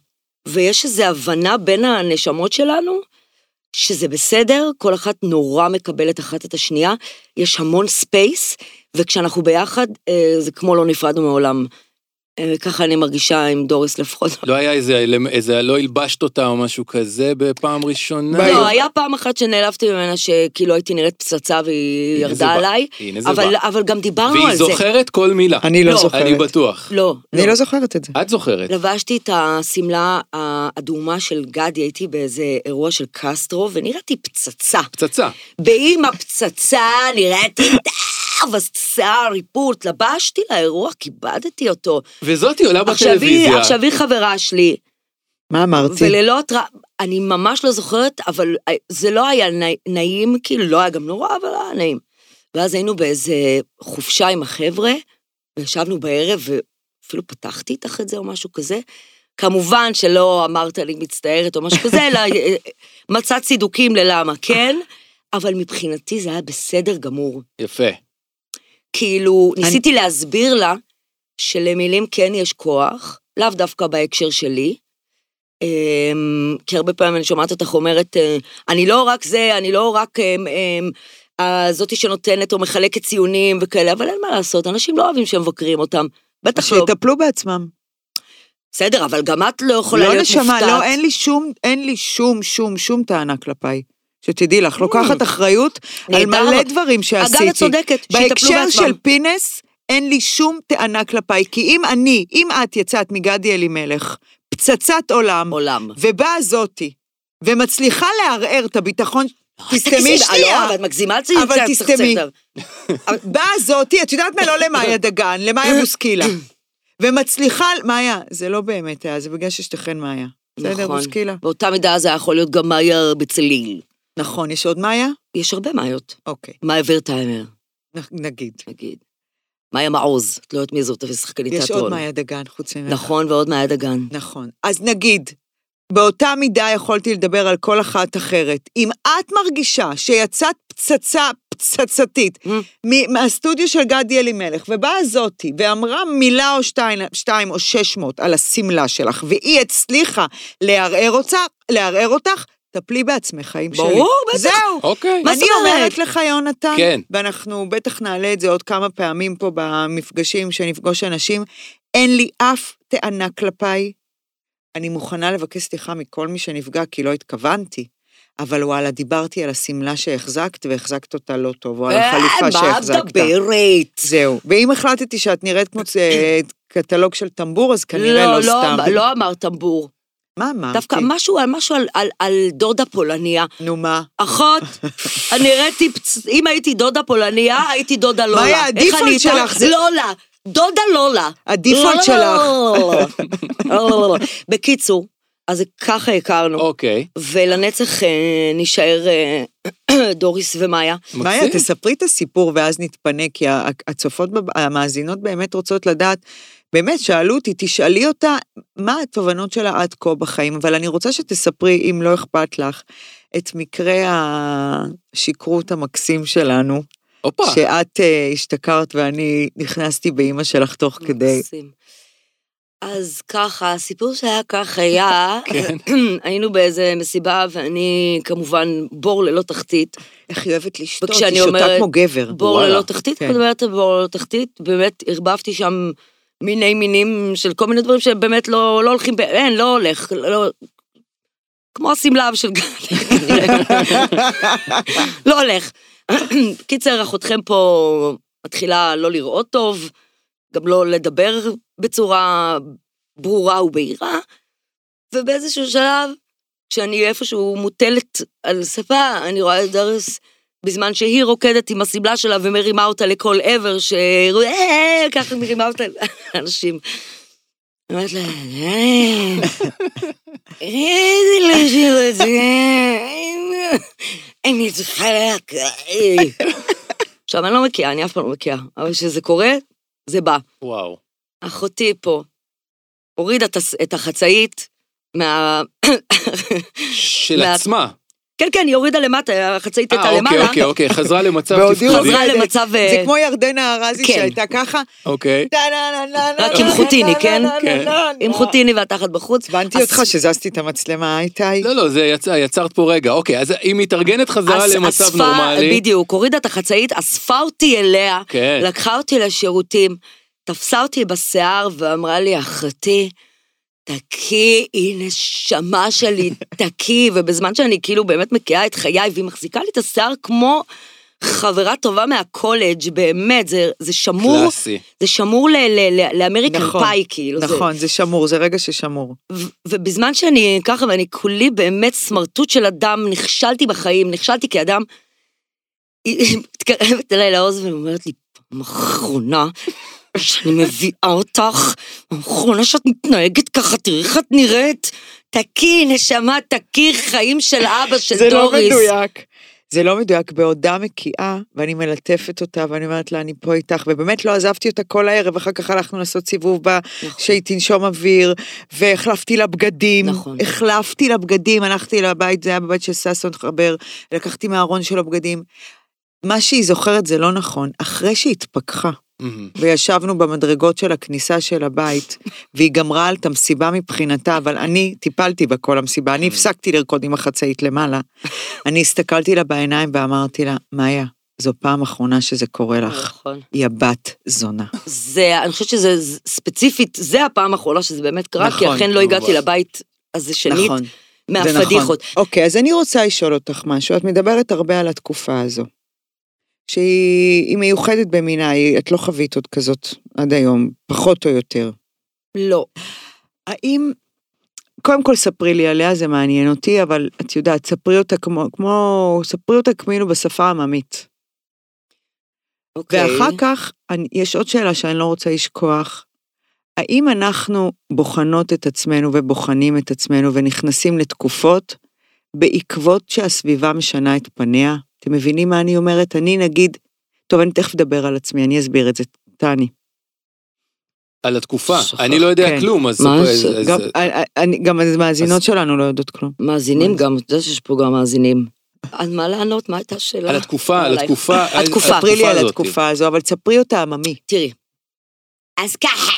Speaker 2: ויש איזו הבנה בין הנשמות שלנו, שזה בסדר, כל אחת נורא מקבלת אחת את השנייה, יש המון ספייס, וכשאנחנו ביחד, אה, זה כמו לא נפרדנו מעולם. אה, ככה אני מרגישה עם דוריס לפחות.
Speaker 5: לא היה איזה, אלמ- איזה, לא הלבשת אותה או משהו כזה בפעם ראשונה?
Speaker 2: לא, היה פעם אחת שנעלבתי ממנה שכאילו הייתי נראית פצצה והיא
Speaker 5: הנה זה
Speaker 2: ירדה
Speaker 5: בא.
Speaker 2: עליי,
Speaker 5: הנה זה
Speaker 2: אבל,
Speaker 5: בא.
Speaker 2: אבל גם דיברנו
Speaker 5: והיא
Speaker 2: על זה.
Speaker 5: זוכרת כל מילה.
Speaker 1: אני לא
Speaker 2: לא.
Speaker 1: זוכרת.
Speaker 5: אני בטוח.
Speaker 2: לא,
Speaker 1: אני לא זוכרת את זה.
Speaker 5: את זוכרת.
Speaker 2: לבשתי את השמלה האדומה של גדי, הייתי באיזה אירוע של קסטרו, ונראיתי פצצה.
Speaker 5: פצצה.
Speaker 2: באם הפצצה נראיתי טאב, אז שיער, איפור, התלבשתי לאירוע, כיבדתי אותו.
Speaker 5: וזאתי עולה
Speaker 2: עכשיו היא,
Speaker 5: לא בטלוויזיה.
Speaker 2: עכשיו היא חברה שלי,
Speaker 1: מה אמרתי?
Speaker 2: וללא התראה, אני ממש לא זוכרת, אבל אה, זה לא היה נע- נעים, כאילו, לא היה גם נורא, אבל היה נעים. ואז היינו באיזה חופשה עם החבר'ה, וישבנו בערב, ואפילו פתחתי איתך את זה או משהו כזה. כמובן שלא אמרת לי מצטערת או משהו כזה, אלא אה, מצאת צידוקים ללמה כן, אבל מבחינתי זה היה בסדר גמור.
Speaker 5: יפה.
Speaker 2: כאילו, ניסיתי להסביר לה שלמילים כן יש כוח, לאו דווקא בהקשר שלי. אמ, כי הרבה פעמים אני שומעת אותך אומרת, אה, אני לא רק זה, אני לא רק אמ, אמ, אה, זאתי שנותנת או מחלקת ציונים וכאלה, אבל אין מה לעשות, אנשים לא אוהבים שמבקרים אותם. בטח לא.
Speaker 1: שיטפלו בעצמם.
Speaker 2: בסדר, אבל גם את לא יכולה
Speaker 1: לא
Speaker 2: להיות מופתעת.
Speaker 1: נשמה, לא, אין לי שום, אין לי שום, שום, שום טענה כלפיי. שתדעי לך, לוקחת אחריות על
Speaker 2: נהדר.
Speaker 1: מלא דברים שעשיתי.
Speaker 2: אגב, את צודקת, שיטפלו
Speaker 1: בהקשר
Speaker 2: בעצמם.
Speaker 1: של פינס, אין לי שום טענה כלפיי, כי אם אני, אם את יצאת מגדי אלימלך, פצצת עולם,
Speaker 2: עולם.
Speaker 1: ובאה זאתי, ומצליחה לערער את הביטחון, תסתמי
Speaker 2: תגזימי,
Speaker 1: שנייה.
Speaker 2: לא, אבל את מגזימה את זה.
Speaker 1: אבל
Speaker 2: צריך- צריך-
Speaker 1: תסתמי.
Speaker 2: צריך-
Speaker 1: באה זאתי, את יודעת מה? לא למאיה דגן, למאיה בוסקילה. ומצליחה, מאיה, זה לא באמת היה, זה בגלל ששתיכן מאיה. בסדר,
Speaker 2: נכון.
Speaker 1: בוסקילה.
Speaker 2: באותה מידה זה היה יכול להיות גם מאיה בצליל.
Speaker 1: נכון, יש עוד מאיה?
Speaker 2: יש הרבה מאיות.
Speaker 1: אוקיי,
Speaker 2: מאיה ורטהיימר,
Speaker 1: נ- נגיד.
Speaker 2: נגיד. מאיה מעוז, את לא יודעת מי זאת, אבל שחקנית תיאטרון.
Speaker 1: יש עוד מאיה דגן, חוץ ממנו.
Speaker 2: נכון, ועוד מאיה דגן.
Speaker 1: נכון. אז נגיד, באותה מידה יכולתי לדבר על כל אחת אחרת. אם את מרגישה שיצאת פצצה פצצתית
Speaker 2: Mm.
Speaker 1: מ- מהסטודיו של גדי אלימלך, ובאה זאתי ואמרה מילה או שתיים, שתיים או שש מאות על השמלה שלך, והיא הצליחה לערער אותך, לערער אותך, טפלי בעצמך, חיים שלי.
Speaker 2: ברור, בטח.
Speaker 1: זהו.
Speaker 5: אוקיי.
Speaker 2: מה
Speaker 1: אני
Speaker 2: זאת אומרת?
Speaker 1: אומרת לך, יונתן,
Speaker 5: כן.
Speaker 1: ואנחנו בטח נעלה את זה עוד כמה פעמים פה במפגשים, שנפגוש אנשים, אין לי אף טענה כלפיי. אני מוכנה לבקש סליחה מכל מי שנפגע, כי לא התכוונתי. אבל וואלה, דיברתי על השמלה שהחזקת, והחזקת אותה לא טוב, או על
Speaker 2: אה,
Speaker 1: החליפה
Speaker 2: מה
Speaker 1: שהחזקת.
Speaker 2: מדברת?
Speaker 1: זהו. ואם החלטתי שאת נראית כמו צ- אה, קטלוג של טמבור, אז כנראה לא, סתם. אוקיי.
Speaker 2: לא, לא אמר טמבור.
Speaker 1: מה אמרתי?
Speaker 2: דווקא משהו על משהו על- על- על דודה פולניה.
Speaker 1: נו מה?
Speaker 2: אחות, אני ראיתי, פצ- אם הייתי דודה פולניה, הייתי דודה לולה.
Speaker 1: מאיה,
Speaker 2: איך
Speaker 1: הדיפולט
Speaker 2: אני איתך?
Speaker 1: שלך זה-
Speaker 2: לולה, דודה לולה.
Speaker 1: הדיפולט
Speaker 2: לא,
Speaker 1: שלך.
Speaker 2: לא, לא, לא. בקיצור, אז ככה הכרנו,
Speaker 5: אוקיי.
Speaker 2: ולנצח אה, נישאר אה, דוריס ומאיה.
Speaker 5: מקסים.
Speaker 1: מאיה, תספרי את הסיפור ואז נתפנה, כי ה- הצופות, בב- המאזינות באמת רוצות לדעת, באמת, שאלו אותי, תשאלי אותה מה התובנות שלה עד כה בחיים, אבל אני רוצה שתספרי, אם לא אכפת לך, את מקרה השכרות המקסים שלנו,
Speaker 5: הופה.
Speaker 1: שאת אה, השתכרת ואני נכנסתי באימא שלך תוך כדי.
Speaker 2: מקסים. אז ככה, הסיפור שהיה כך היה, היינו באיזה מסיבה ואני כמובן בור ללא תחתית.
Speaker 1: איך היא אוהבת לשתות,
Speaker 2: וכשאני
Speaker 1: היא שותה
Speaker 2: אומרת,
Speaker 1: כמו גבר.
Speaker 2: בור
Speaker 5: וואלה,
Speaker 2: ללא תחתית,
Speaker 1: כן.
Speaker 2: כן. מדברת על בור ללא תחתית, באמת ערבבתי שם מיני מינים של כל מיני דברים שבאמת לא, לא הולכים, ב... אין, לא הולך, לא... כמו השמלה של גדי, כנראה. לא הולך. קיצר, אחותכם פה מתחילה לא לראות טוב, גם לא לדבר בצורה ברורה ובהירה, ובאיזשהו שלב, כשאני איפשהו מוטלת על ספה, אני רואה את דרס בזמן שהיא רוקדת עם הסבלה שלה ומרימה אותה לכל עבר, ש... אה, ככה מרימה אותה לאנשים. אני אומרת לה, "אה, איזה לא שיר את זה, אה, אני צריכה להקריא. עכשיו, אני לא מקיאה, אני אף פעם לא מקיאה, אבל כשזה קורה, זה בא.
Speaker 5: וואו.
Speaker 2: אחותי פה הורידה את הס- את החצאית מה...
Speaker 5: של
Speaker 2: מה-
Speaker 5: עצמה.
Speaker 2: כן, כן, היא הורידה למטה, החצאית
Speaker 5: אה,
Speaker 2: הייתה
Speaker 5: אוקיי,
Speaker 2: למעלה.
Speaker 5: אוקיי, אוקיי, חזרה למצב
Speaker 1: בעודי
Speaker 5: תפקודי.
Speaker 2: חזרה
Speaker 1: רוקדת.
Speaker 2: למצב,
Speaker 1: זה
Speaker 2: אה,
Speaker 1: כמו ירדנה ארזי
Speaker 2: כן.
Speaker 1: שהייתה ככה.
Speaker 5: אוקיי.
Speaker 2: רק עם חוטיני, כן?
Speaker 5: כן.
Speaker 2: עם חוטיני והתחת בחוץ.
Speaker 1: לא- הבנתי
Speaker 2: אז-
Speaker 1: אותך שזזתי את המצלמה, איתי.
Speaker 5: לא, לא, זה יצא, יצרת פה רגע. אוקיי, אז היא מתארגנת חזרה
Speaker 2: אס-
Speaker 5: למצב
Speaker 2: אספה-
Speaker 5: נורמלי.
Speaker 2: בדיוק, הורידה את החצאית, אספה אותי אליה,
Speaker 5: כן.
Speaker 2: לקחה אותי לשירותים, תפסה אותי בשיער ואמרה לי, אחותי, תקי, היא נשמה שלי, תקי, ובזמן שאני כאילו באמת מקיאה את חיי, והיא מחזיקה לי את השיער כמו חברה טובה מהקולג', באמת, זה, זה שמור,
Speaker 5: קלאסי.
Speaker 2: זה שמור ל- ל- ל- לאמריקן
Speaker 1: נכון,
Speaker 2: פאי, כאילו. זה-
Speaker 1: נכון, זה שמור, זה רגע ששמור.
Speaker 2: ו- ובזמן שאני ככה, ואני כולי באמת סמרטוט של אדם, נכשלתי בחיים, נכשלתי כאדם, היא מתקרבת אליי לאוזן ואומרת לי, פעם אחרונה שאני מביאה אותך, פעם אחרונה שאת מתנהגת ככה, תראי איך את נראית. תקי, נשמה, תקי, חיים של אבא, של
Speaker 1: זה לא
Speaker 2: דוריס.
Speaker 1: מדויק. זה לא מדויק, בעודה מקיאה, ואני מלטפת אותה, ואני אומרת לה, אני פה איתך, ובאמת לא עזבתי אותה כל הערב, אחר כך הלכנו לעשות סיבוב בה,
Speaker 2: נכון.
Speaker 1: שהיא תנשום אוויר, והחלפתי לה בגדים,
Speaker 2: נכון.
Speaker 1: החלפתי לה בגדים, הלכתי לבית, זה היה בבית של ששון חבר, לקחתי מהארון שלו בגדים. מה שהיא זוכרת זה לא נכון, אחרי שהיא התפכחה,
Speaker 5: מהמם.
Speaker 1: וישבנו במדרגות של הכניסה של הבית, והיא גמרה על את המסיבה מבחינתה, אבל אני טיפלתי בכל המסיבה, אני הפסקתי לרקוד עם החצאית למעלה. אני הסתכלתי לה בעיניים ואמרתי לה, מאיה, זו פעם אחרונה שזה קורה לך.
Speaker 2: נכון.
Speaker 1: היא הבת זונה.
Speaker 2: זה, אני חושבת שזה זה- ספציפית, זה הפעם האחרונה שזה באמת קרה, כי
Speaker 1: נכון,
Speaker 2: אכן לא הגעתי
Speaker 5: ממש.
Speaker 2: לבית הזה שנית,
Speaker 1: נכון, זה נכון.
Speaker 2: מהפדיחות.
Speaker 1: אוקיי, אז אני רוצה לשאול אותך משהו. את מדברת הרבה על התקופה הזו, שהיא היא מיוחדת במינה, היא- את לא חווית עוד כזאת עד היום, פחות או יותר. נכון.
Speaker 2: לא.
Speaker 1: האם, קודם כל ספרי לי עליה, זה מעניין אותי, אבל את יודעת, ספרי אותה כמו, כמו ספרי אותה כאילו בשפה העממית.
Speaker 2: אוקיי.
Speaker 1: ואחר כך, אני, יש עוד שאלה שאני לא רוצה לשכוח. האם אנחנו בוחנות את עצמנו ובוחנים את עצמנו ונכנסים לתקופות בעקבות שהסביבה משנה את פניה? אתם מבינים מה אני אומרת? אני נגיד, טוב, אני תכף אדבר על עצמי, אני אסביר את זה, תעני.
Speaker 5: על התקופה.
Speaker 2: שכח,
Speaker 5: אני לא יודע
Speaker 1: כן.
Speaker 5: כלום, אז...
Speaker 2: מה
Speaker 5: אז-
Speaker 2: זה?
Speaker 5: אז- אה,
Speaker 1: גם, אה, אני- גם המאזינות
Speaker 5: אז-
Speaker 1: שלנו לא יודעות כלום.
Speaker 2: מאזינים גם, אתה יודע שיש פה גם מאזינים. על מה לענות? מה הייתה השאלה?
Speaker 5: על התקופה, על
Speaker 2: עלייך.
Speaker 5: התקופה. על-
Speaker 2: התקופה.
Speaker 5: על
Speaker 1: ספרי לי על
Speaker 5: הזאת.
Speaker 1: התקופה הזו, אבל ספרי אותה עממי. לא
Speaker 2: תראי. אז ככה.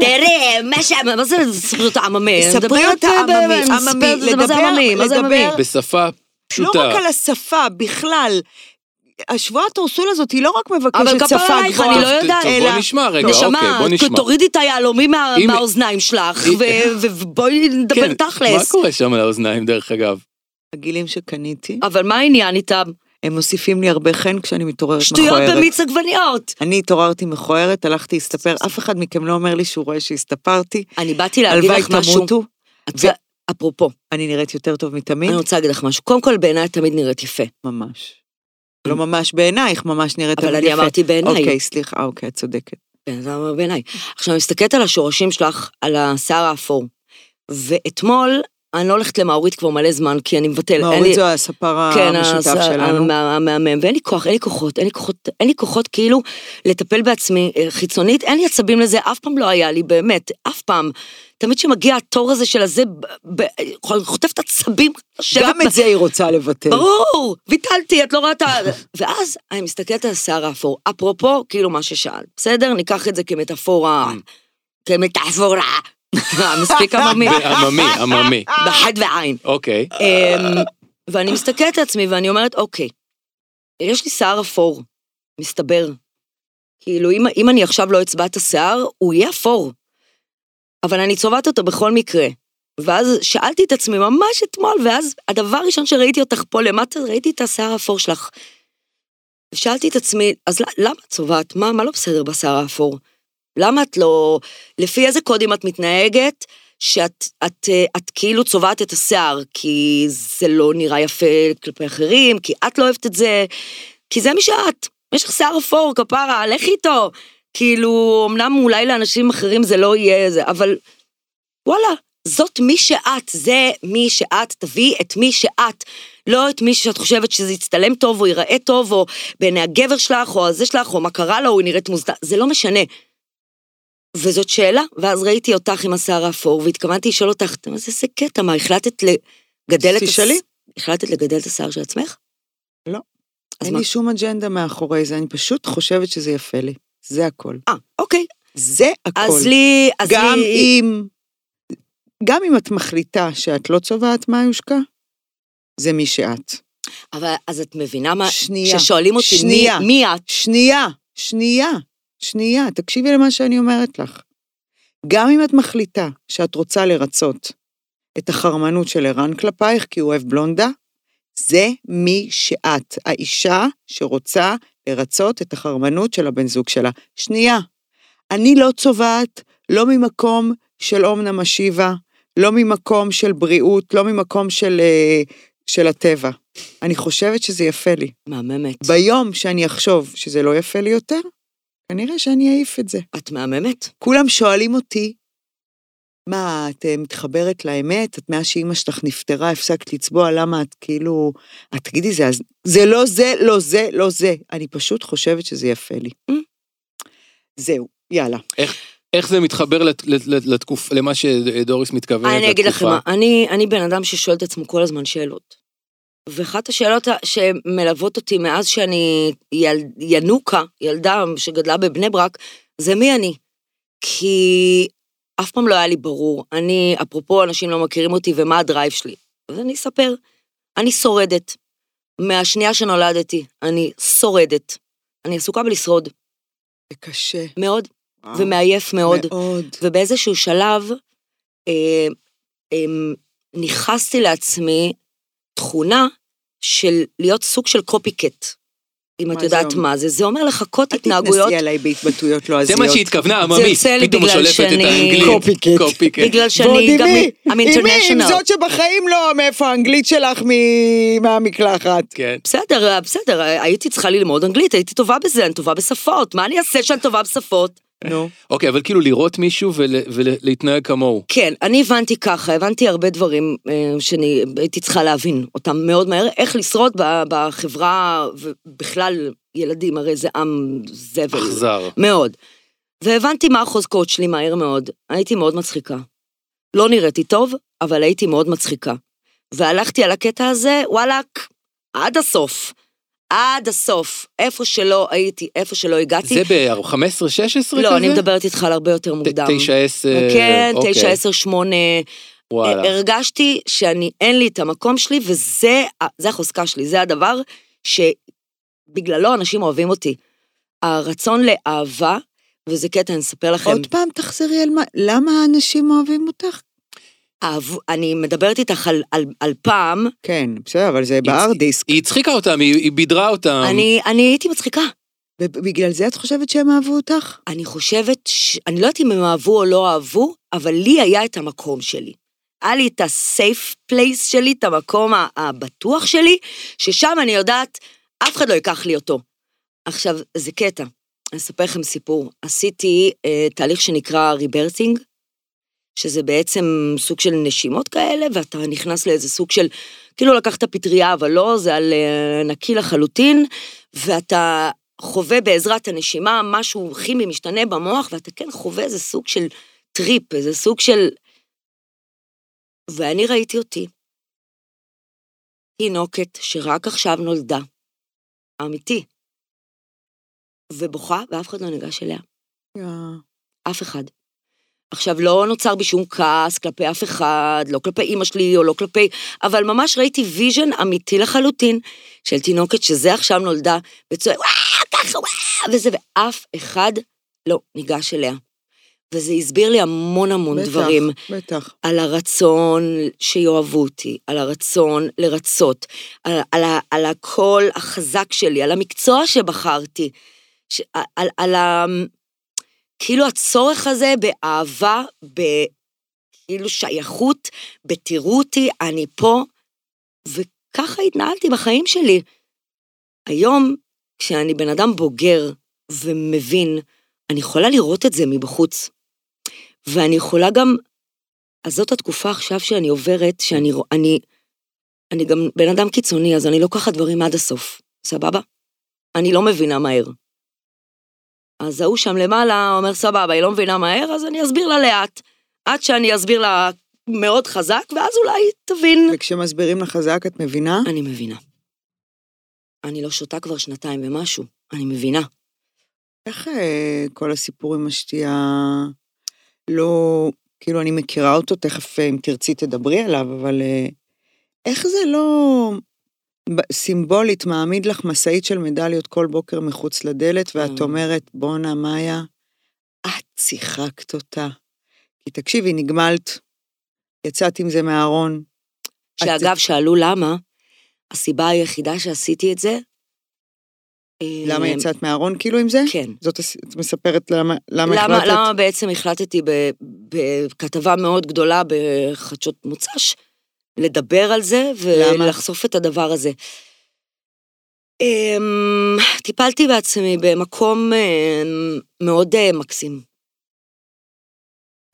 Speaker 2: תראה, מה ש... מה זה ספרי אותה עממי?
Speaker 1: ספרי אותה עממי, עממי,
Speaker 2: עממי, מה זה
Speaker 1: לדבר,
Speaker 2: עממי?
Speaker 1: לדבר,
Speaker 5: בשפה
Speaker 1: לא
Speaker 5: פשוטה.
Speaker 1: רק על השפה, בכלל. השבועה הטורסול הזאת היא לא רק
Speaker 2: אבל
Speaker 1: מבקשת
Speaker 2: כפרה
Speaker 1: שפה
Speaker 2: עלייך,
Speaker 1: גבוהה.
Speaker 2: אני לא יודעת.
Speaker 5: טוב,
Speaker 1: אלא-
Speaker 5: בוא נשמע רגע, אוקיי,
Speaker 2: נשמה,
Speaker 5: בוא נשמע.
Speaker 2: תורידי את היהלומים מה-
Speaker 5: אם-
Speaker 2: מהאוזניים שלך,
Speaker 5: אם-
Speaker 2: ו- ו- ובואי
Speaker 5: כן,
Speaker 2: נדבר
Speaker 5: מה
Speaker 2: תכלס.
Speaker 5: קורה שם על האוזניים, דרך אגב?
Speaker 1: הגילים שקניתי,
Speaker 2: אבל מה העניין איתם?
Speaker 1: הם מוסיפים לי הרבה חן כשאני מתעוררת
Speaker 2: שטויות
Speaker 1: מכוערת.
Speaker 2: במיץ עגבניות.
Speaker 1: אני התעוררתי מכוערת, הלכתי להסתפר, אף אחד מכם לא אומר לי שהוא רואה שהסתפרתי.
Speaker 2: אני באתי להגיד
Speaker 1: הלוואי
Speaker 2: לך משהו.
Speaker 1: תמותו,
Speaker 2: את יודעת, אפרופו,
Speaker 1: אני נראית יותר טוב מתמיד,
Speaker 2: אני רוצה להגיד לך משהו. קודם כל, בעיניי את תמיד נראית יפה.
Speaker 1: ממש. לא ממש בעינייך, ממש נראית
Speaker 2: אבל
Speaker 1: תמיד
Speaker 2: אני
Speaker 1: יפה.
Speaker 2: אמרתי בעיניי.
Speaker 1: אוקיי, סליחה, אוקיי, את צודקת.
Speaker 2: בן אדם אמר כן, בעיניי. עכשיו, אני מסתכלת על השורשים שלך, על השיער האפור. ואתמול, אני לא הולכת למאורית כבר מלא זמן, כי אני מבטל. אין לי-
Speaker 1: מאורית זו הספר
Speaker 2: כן,
Speaker 1: המשותף
Speaker 2: השיער
Speaker 1: שלנו.
Speaker 2: המ- המהמם, ואין לי כוח, אין לי כוחות, אין לי כוחות, אין לי כוחות כאילו לטפל בעצמי אה, חיצונית, אין לי עצבים לזה, אף פעם לא היה לי, באמת, אף פעם. תמיד כשמגיע התור הזה של הזה, ב- ב- חוטפת עצבים, יושבת
Speaker 1: גם את זה היא רוצה לבטל.
Speaker 2: ברור, ביטלתי, את לא רואה את ה... ואז אני מסתכלת על השיער האפור. אפרופו, כאילו מה ששאלת, בסדר? ניקח את זה כמטאפורה. כמטאפורה. מספיק עממי.
Speaker 5: עממי, עממי.
Speaker 2: בחד ועין.
Speaker 5: אוקיי.
Speaker 2: אמ, ואני מסתכלת על עצמי ואני אומרת, אוקיי, יש לי שיער אפור, מסתבר. כאילו, אם, אם אני עכשיו לא אצבע את השיער, הוא יהיה אפור. אבל אני צובעת אותו בכל מקרה. ואז שאלתי את עצמי ממש אתמול, ואז הדבר הראשון שראיתי אותך פה למטה, ראיתי את השיער האפור שלך. ושאלתי את עצמי, אז ל- למה את צובעת? מה, מה לא בסדר בשיער האפור? למה את לא... לפי איזה קודים את מתנהגת? שאת את, אה, את כאילו צובעת את השיער, כי זה לא נראה יפה כלפי אחרים, כי את לא אוהבת את זה, כי זה מי שאת. יש לך שיער אפור, כפרה, לך איתו. כאילו, אמנם אולי לאנשים אחרים זה לא יהיה זה, אבל וואלה, זאת מי שאת, זה מי שאת, תביאי את מי שאת, לא את מי שאת חושבת שזה יצטלם טוב, או ייראה טוב, או בעיני הגבר שלך, או הזה שלך, או מה קרה לו, או היא נראית מוזדה, זה לא משנה. וזאת שאלה, ואז ראיתי אותך עם השיער האפור, והתכוונתי לשאול אותך, "אתם, אז איזה קטע, מה, החלטת לגדל את... הש-
Speaker 1: תשאלי.
Speaker 2: החלטת לגדל את השיער של עצמך?
Speaker 1: לא.
Speaker 2: אז
Speaker 1: אין
Speaker 2: מה?
Speaker 1: לי שום אג'נדה מאחורי זה, אני פשוט חושבת שזה יפה לי. זה הכל.
Speaker 2: אה, אוקיי.
Speaker 1: זה הכל.
Speaker 2: אז לי... אז
Speaker 1: גם
Speaker 2: לי...
Speaker 1: אם... גם אם את מחליטה שאת לא צובעת מה יושקע, זה מי שאת.
Speaker 2: אבל אז את מבינה מה...
Speaker 1: שנייה.
Speaker 2: כששואלים אותי מי,
Speaker 1: שנייה.
Speaker 2: מי את,
Speaker 1: שנייה, שנייה, שנייה, תקשיבי למה שאני אומרת לך. גם אם את מחליטה שאת רוצה לרצות את החרמנות של ערן כלפייך כי הוא אוהב בלונדה, זה מי שאת, האישה שרוצה לרצות את החרמנות של הבן זוג שלה. שנייה, אני לא צובעת, לא ממקום של אומנה משיבה, לא ממקום של בריאות, לא ממקום של, אה, של הטבע. אני חושבת שזה יפה לי.
Speaker 2: מהממת.
Speaker 1: ביום שאני אחשוב שזה לא יפה לי יותר, כנראה שאני אעיף את זה.
Speaker 2: את מהממת?
Speaker 1: כולם שואלים אותי, מה, את אה, מתחברת לאמת? את מאז שאימא שלך נפטרה, הפסקת לצבוע, למה את כאילו... את תגידי זה, אז... זה לא זה, לא זה, לא זה. אני פשוט חושבת שזה יפה לי.
Speaker 2: Mm.
Speaker 1: זהו, יאללה.
Speaker 5: איך זה מתחבר לת- לת- לת- לתקופ- למה שדוריס מתכוונת לתקופה?
Speaker 2: אני אגיד לכם מה, אני, אני בן אדם ששואל את עצמו כל הזמן שאלות. ואחת השאלות ה- שמלוות אותי מאז שאני יל, ינוקה, ילדה שגדלה בבני ברק, זה מי אני. כי אף פעם לא היה לי ברור. אני, אפרופו, אנשים לא מכירים אותי ומה הדרייב שלי. אז אני אספר. אני שורדת. מהשנייה שנולדתי, אני שורדת. אני עסוקה בלשרוד,
Speaker 1: זה קשה.
Speaker 2: מאוד,
Speaker 1: וואו.
Speaker 2: ומעייף מאוד.
Speaker 1: מאוד.
Speaker 2: ובאיזשהו שלב אה, אה, ניכסתי לעצמי תכונה של להיות סוג של קופיקט, אם
Speaker 1: מה
Speaker 2: את
Speaker 1: זה
Speaker 2: יודעת
Speaker 1: אומר?
Speaker 2: מה זה. זה אומר לחקות
Speaker 1: אל תתנסי
Speaker 2: התנהגויות,
Speaker 1: עליי בהתבטאויות לא
Speaker 5: זה
Speaker 1: הזיות.
Speaker 5: מה שהתכוונה, עממית.
Speaker 2: יוצא לי
Speaker 5: פתאום
Speaker 2: בגלל
Speaker 5: שולפת את
Speaker 2: שאני-
Speaker 5: האנגלית.
Speaker 1: Copycat.
Speaker 5: Copycat.
Speaker 2: בגלל
Speaker 1: ועוד
Speaker 2: שאני
Speaker 1: עם
Speaker 2: גם...
Speaker 1: מי?
Speaker 2: I'm
Speaker 1: עם מי? עם
Speaker 2: international.
Speaker 1: זאת שבחיים לא, מאיפה האנגלית שלך מ- מהמקלחת.
Speaker 5: כן.
Speaker 2: בסדר, בסדר, הייתי צריכה ללמוד אנגלית, הייתי טובה בזה, אני טובה בשפות, מה אני אעשה שאני טובה בשפות?
Speaker 1: נו.
Speaker 5: אוקיי, אבל כאילו לראות מישהו ול- ולהתנהג כמוהו.
Speaker 2: כן, אני הבנתי ככה, הבנתי הרבה דברים אה, שאני הייתי צריכה להבין אותם מאוד מהר, איך לשרוד ב- בחברה, ובכלל, ילדים, הרי זה עם זבל.
Speaker 5: אכזר.
Speaker 2: מאוד. והבנתי מה החוזקות שלי מהר מאוד. הייתי מאוד מצחיקה. לא נראיתי טוב, אבל הייתי מאוד מצחיקה. והלכתי על הקטע הזה, וואלאק, עד הסוף. עד הסוף. איפה שלא הייתי, איפה שלא הגעתי.
Speaker 5: זה ב-15-16 כזה? אה,
Speaker 2: לא, אני מדברת איתך על הרבה יותר מוקדם.
Speaker 5: 9-10.
Speaker 2: כן,
Speaker 5: אוקיי.
Speaker 2: תשע, אה, עשר, שמונה.
Speaker 5: וואלה.
Speaker 2: הרגשתי שאני, אין לי את המקום שלי, וזה ה- זה החוזקה שלי, זה הדבר שבגללו אנשים אוהבים אותי. הרצון לאהבה, וזה קטע, אני אספר לכם.
Speaker 1: עוד פעם תחזרי על מה, למה האנשים אוהבים אותך?
Speaker 2: אהב, אני מדברת איתך על, על, על פעם,
Speaker 1: כן, בסדר, אבל זה בארדיסק.
Speaker 5: היא הצחיקה אותם, היא היא בידרה אותם.
Speaker 2: אני, אני הייתי מצחיקה.
Speaker 1: ובגלל זה את חושבת שהם אהבו אותך?
Speaker 2: אני חושבת, ש... אני לא יודעת אם הם אהבו או לא אהבו, אבל לי היה את המקום שלי. היה לי את הסייף פלייס שלי, את המקום ה- הבטוח שלי, ששם אני יודעת, אף אחד לא ייקח לי אותו. עכשיו, זה קטע. אני אספר לכם סיפור. עשיתי אה, תהליך שנקרא ריברטינג, שזה בעצם סוג של נשימות כאלה, ואתה נכנס לאיזה סוג של, כאילו לקחת פטריה, אבל לא, זה על אה, נקי לחלוטין, ואתה חווה בעזרת הנשימה משהו כימי משתנה במוח, ואתה כן חווה איזה סוג של טריפ, איזה סוג של... ואני ראיתי אותי. תינוקת שרק עכשיו נולדה, אמיתי, ובוכה, ואף אחד לא ניגש אליה. אף אחד. עכשיו, לא נוצר בי שום כעס כלפי אף אחד, לא כלפי אימא שלי או לא כלפי... אבל ממש ראיתי ויז'ן אמיתי לחלוטין של תינוקת שזה עכשיו נולדה, וצועק, וואו, ככה, וואו, וזה, ואף אחד לא ניגש אליה. וזה הסביר לי המון המון
Speaker 1: בטח,
Speaker 2: דברים.
Speaker 1: בטח.
Speaker 2: על הרצון שיאהבו אותי, על הרצון לרצות, על, על, ה- על הקול החזק שלי, על המקצוע שבחרתי, ש, על, על ה... כאילו הצורך הזה באהבה, ב, כאילו שייכות, בתראו אותי, אני פה, וככה התנהלתי בחיים שלי. היום, כשאני בן אדם בוגר ומבין, אני יכולה לראות את זה מבחוץ. ואני יכולה גם... אז זאת התקופה עכשיו שאני עוברת, שאני רוא- אני, אני גם בן אדם קיצוני, אז אני לוקחת דברים עד הסוף, סבבה? אני לא מבינה מהר. אז ההוא שם למעלה אומר, סבבה, היא לא מבינה מהר, אז אני אסביר לה לאט. עד שאני אסביר לה מאוד חזק, ואז אולי תבין.
Speaker 1: וכשמסבירים לך חזק, את מבינה?
Speaker 2: אני מבינה. אני לא שותה כבר שנתיים ומשהו, אני מבינה.
Speaker 1: איך אה, כל הסיפור עם השתייה לא... כאילו, אני מכירה אותו, תכף אה, אם תרצי תדברי עליו, אבל אה, איך זה לא ב- סימבולית מעמיד לך משאית של מדליות כל בוקר מחוץ לדלת, ואת
Speaker 2: אה.
Speaker 1: אומרת, בואנה, מאיה, את שיחקת אותה. כי תקשיבי, נגמלת, יצאת עם זה מהארון. את-
Speaker 2: שאגב, שאלו למה, הסיבה היחידה שעשיתי את זה...
Speaker 1: למה
Speaker 2: אה,
Speaker 1: יצאת מהארון כאילו עם זה?
Speaker 2: כן.
Speaker 1: זאת, הס- את מספרת למה, למה
Speaker 2: למה,
Speaker 1: החלטת?
Speaker 2: למה בעצם החלטתי ב- בכתבה מאוד גדולה בחדשות מוצ"ש לדבר על זה
Speaker 1: למה?
Speaker 2: ולחשוף את הדבר הזה? אמ, טיפלתי בעצמי במקום אמ, מאוד אה, מקסים,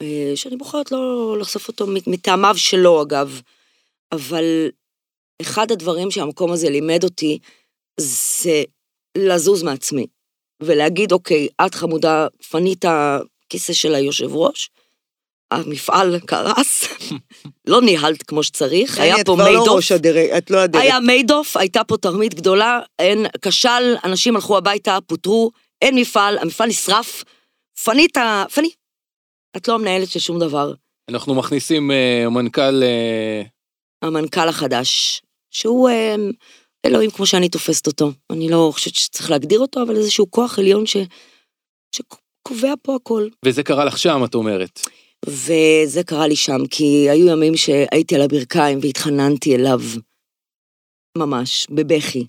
Speaker 2: אה, שאני בוחרת לא לחשוף אותו מ- מטעמיו שלו אגב, אבל אחד הדברים שהמקום הזה לימד אותי זה לזוז מעצמי. ולהגיד, אוקיי, את חמודה, פנית כיסא של היושב ראש, המפעל קרס, לא ניהלת כמו שצריך,
Speaker 1: הנה,
Speaker 2: היה פה
Speaker 1: את כבר לא
Speaker 2: מיידוף,
Speaker 1: ראש הדרג, את לא הדרג.
Speaker 2: היה מיידוף, הייתה פה תרמית גדולה, אין, כשל, אנשים הלכו הביתה, פוטרו, אין מפעל, המפעל נשרף, פנית, פני, את לא המנהלת של שום דבר.
Speaker 5: אנחנו מכניסים אה, מנכ"ל, אה,
Speaker 2: המנכ"ל החדש, שהוא אה, אלוהים כמו שאני תופסת אותו. אני לא חושבת שצריך להגדיר אותו, אבל איזשהו כוח עליון ש... שקובע פה הכל.
Speaker 5: וזה קרה לך שם, את אומרת.
Speaker 2: וזה קרה לי שם, כי היו ימים שהייתי על הברכיים והתחננתי אליו, ממש, בבכי.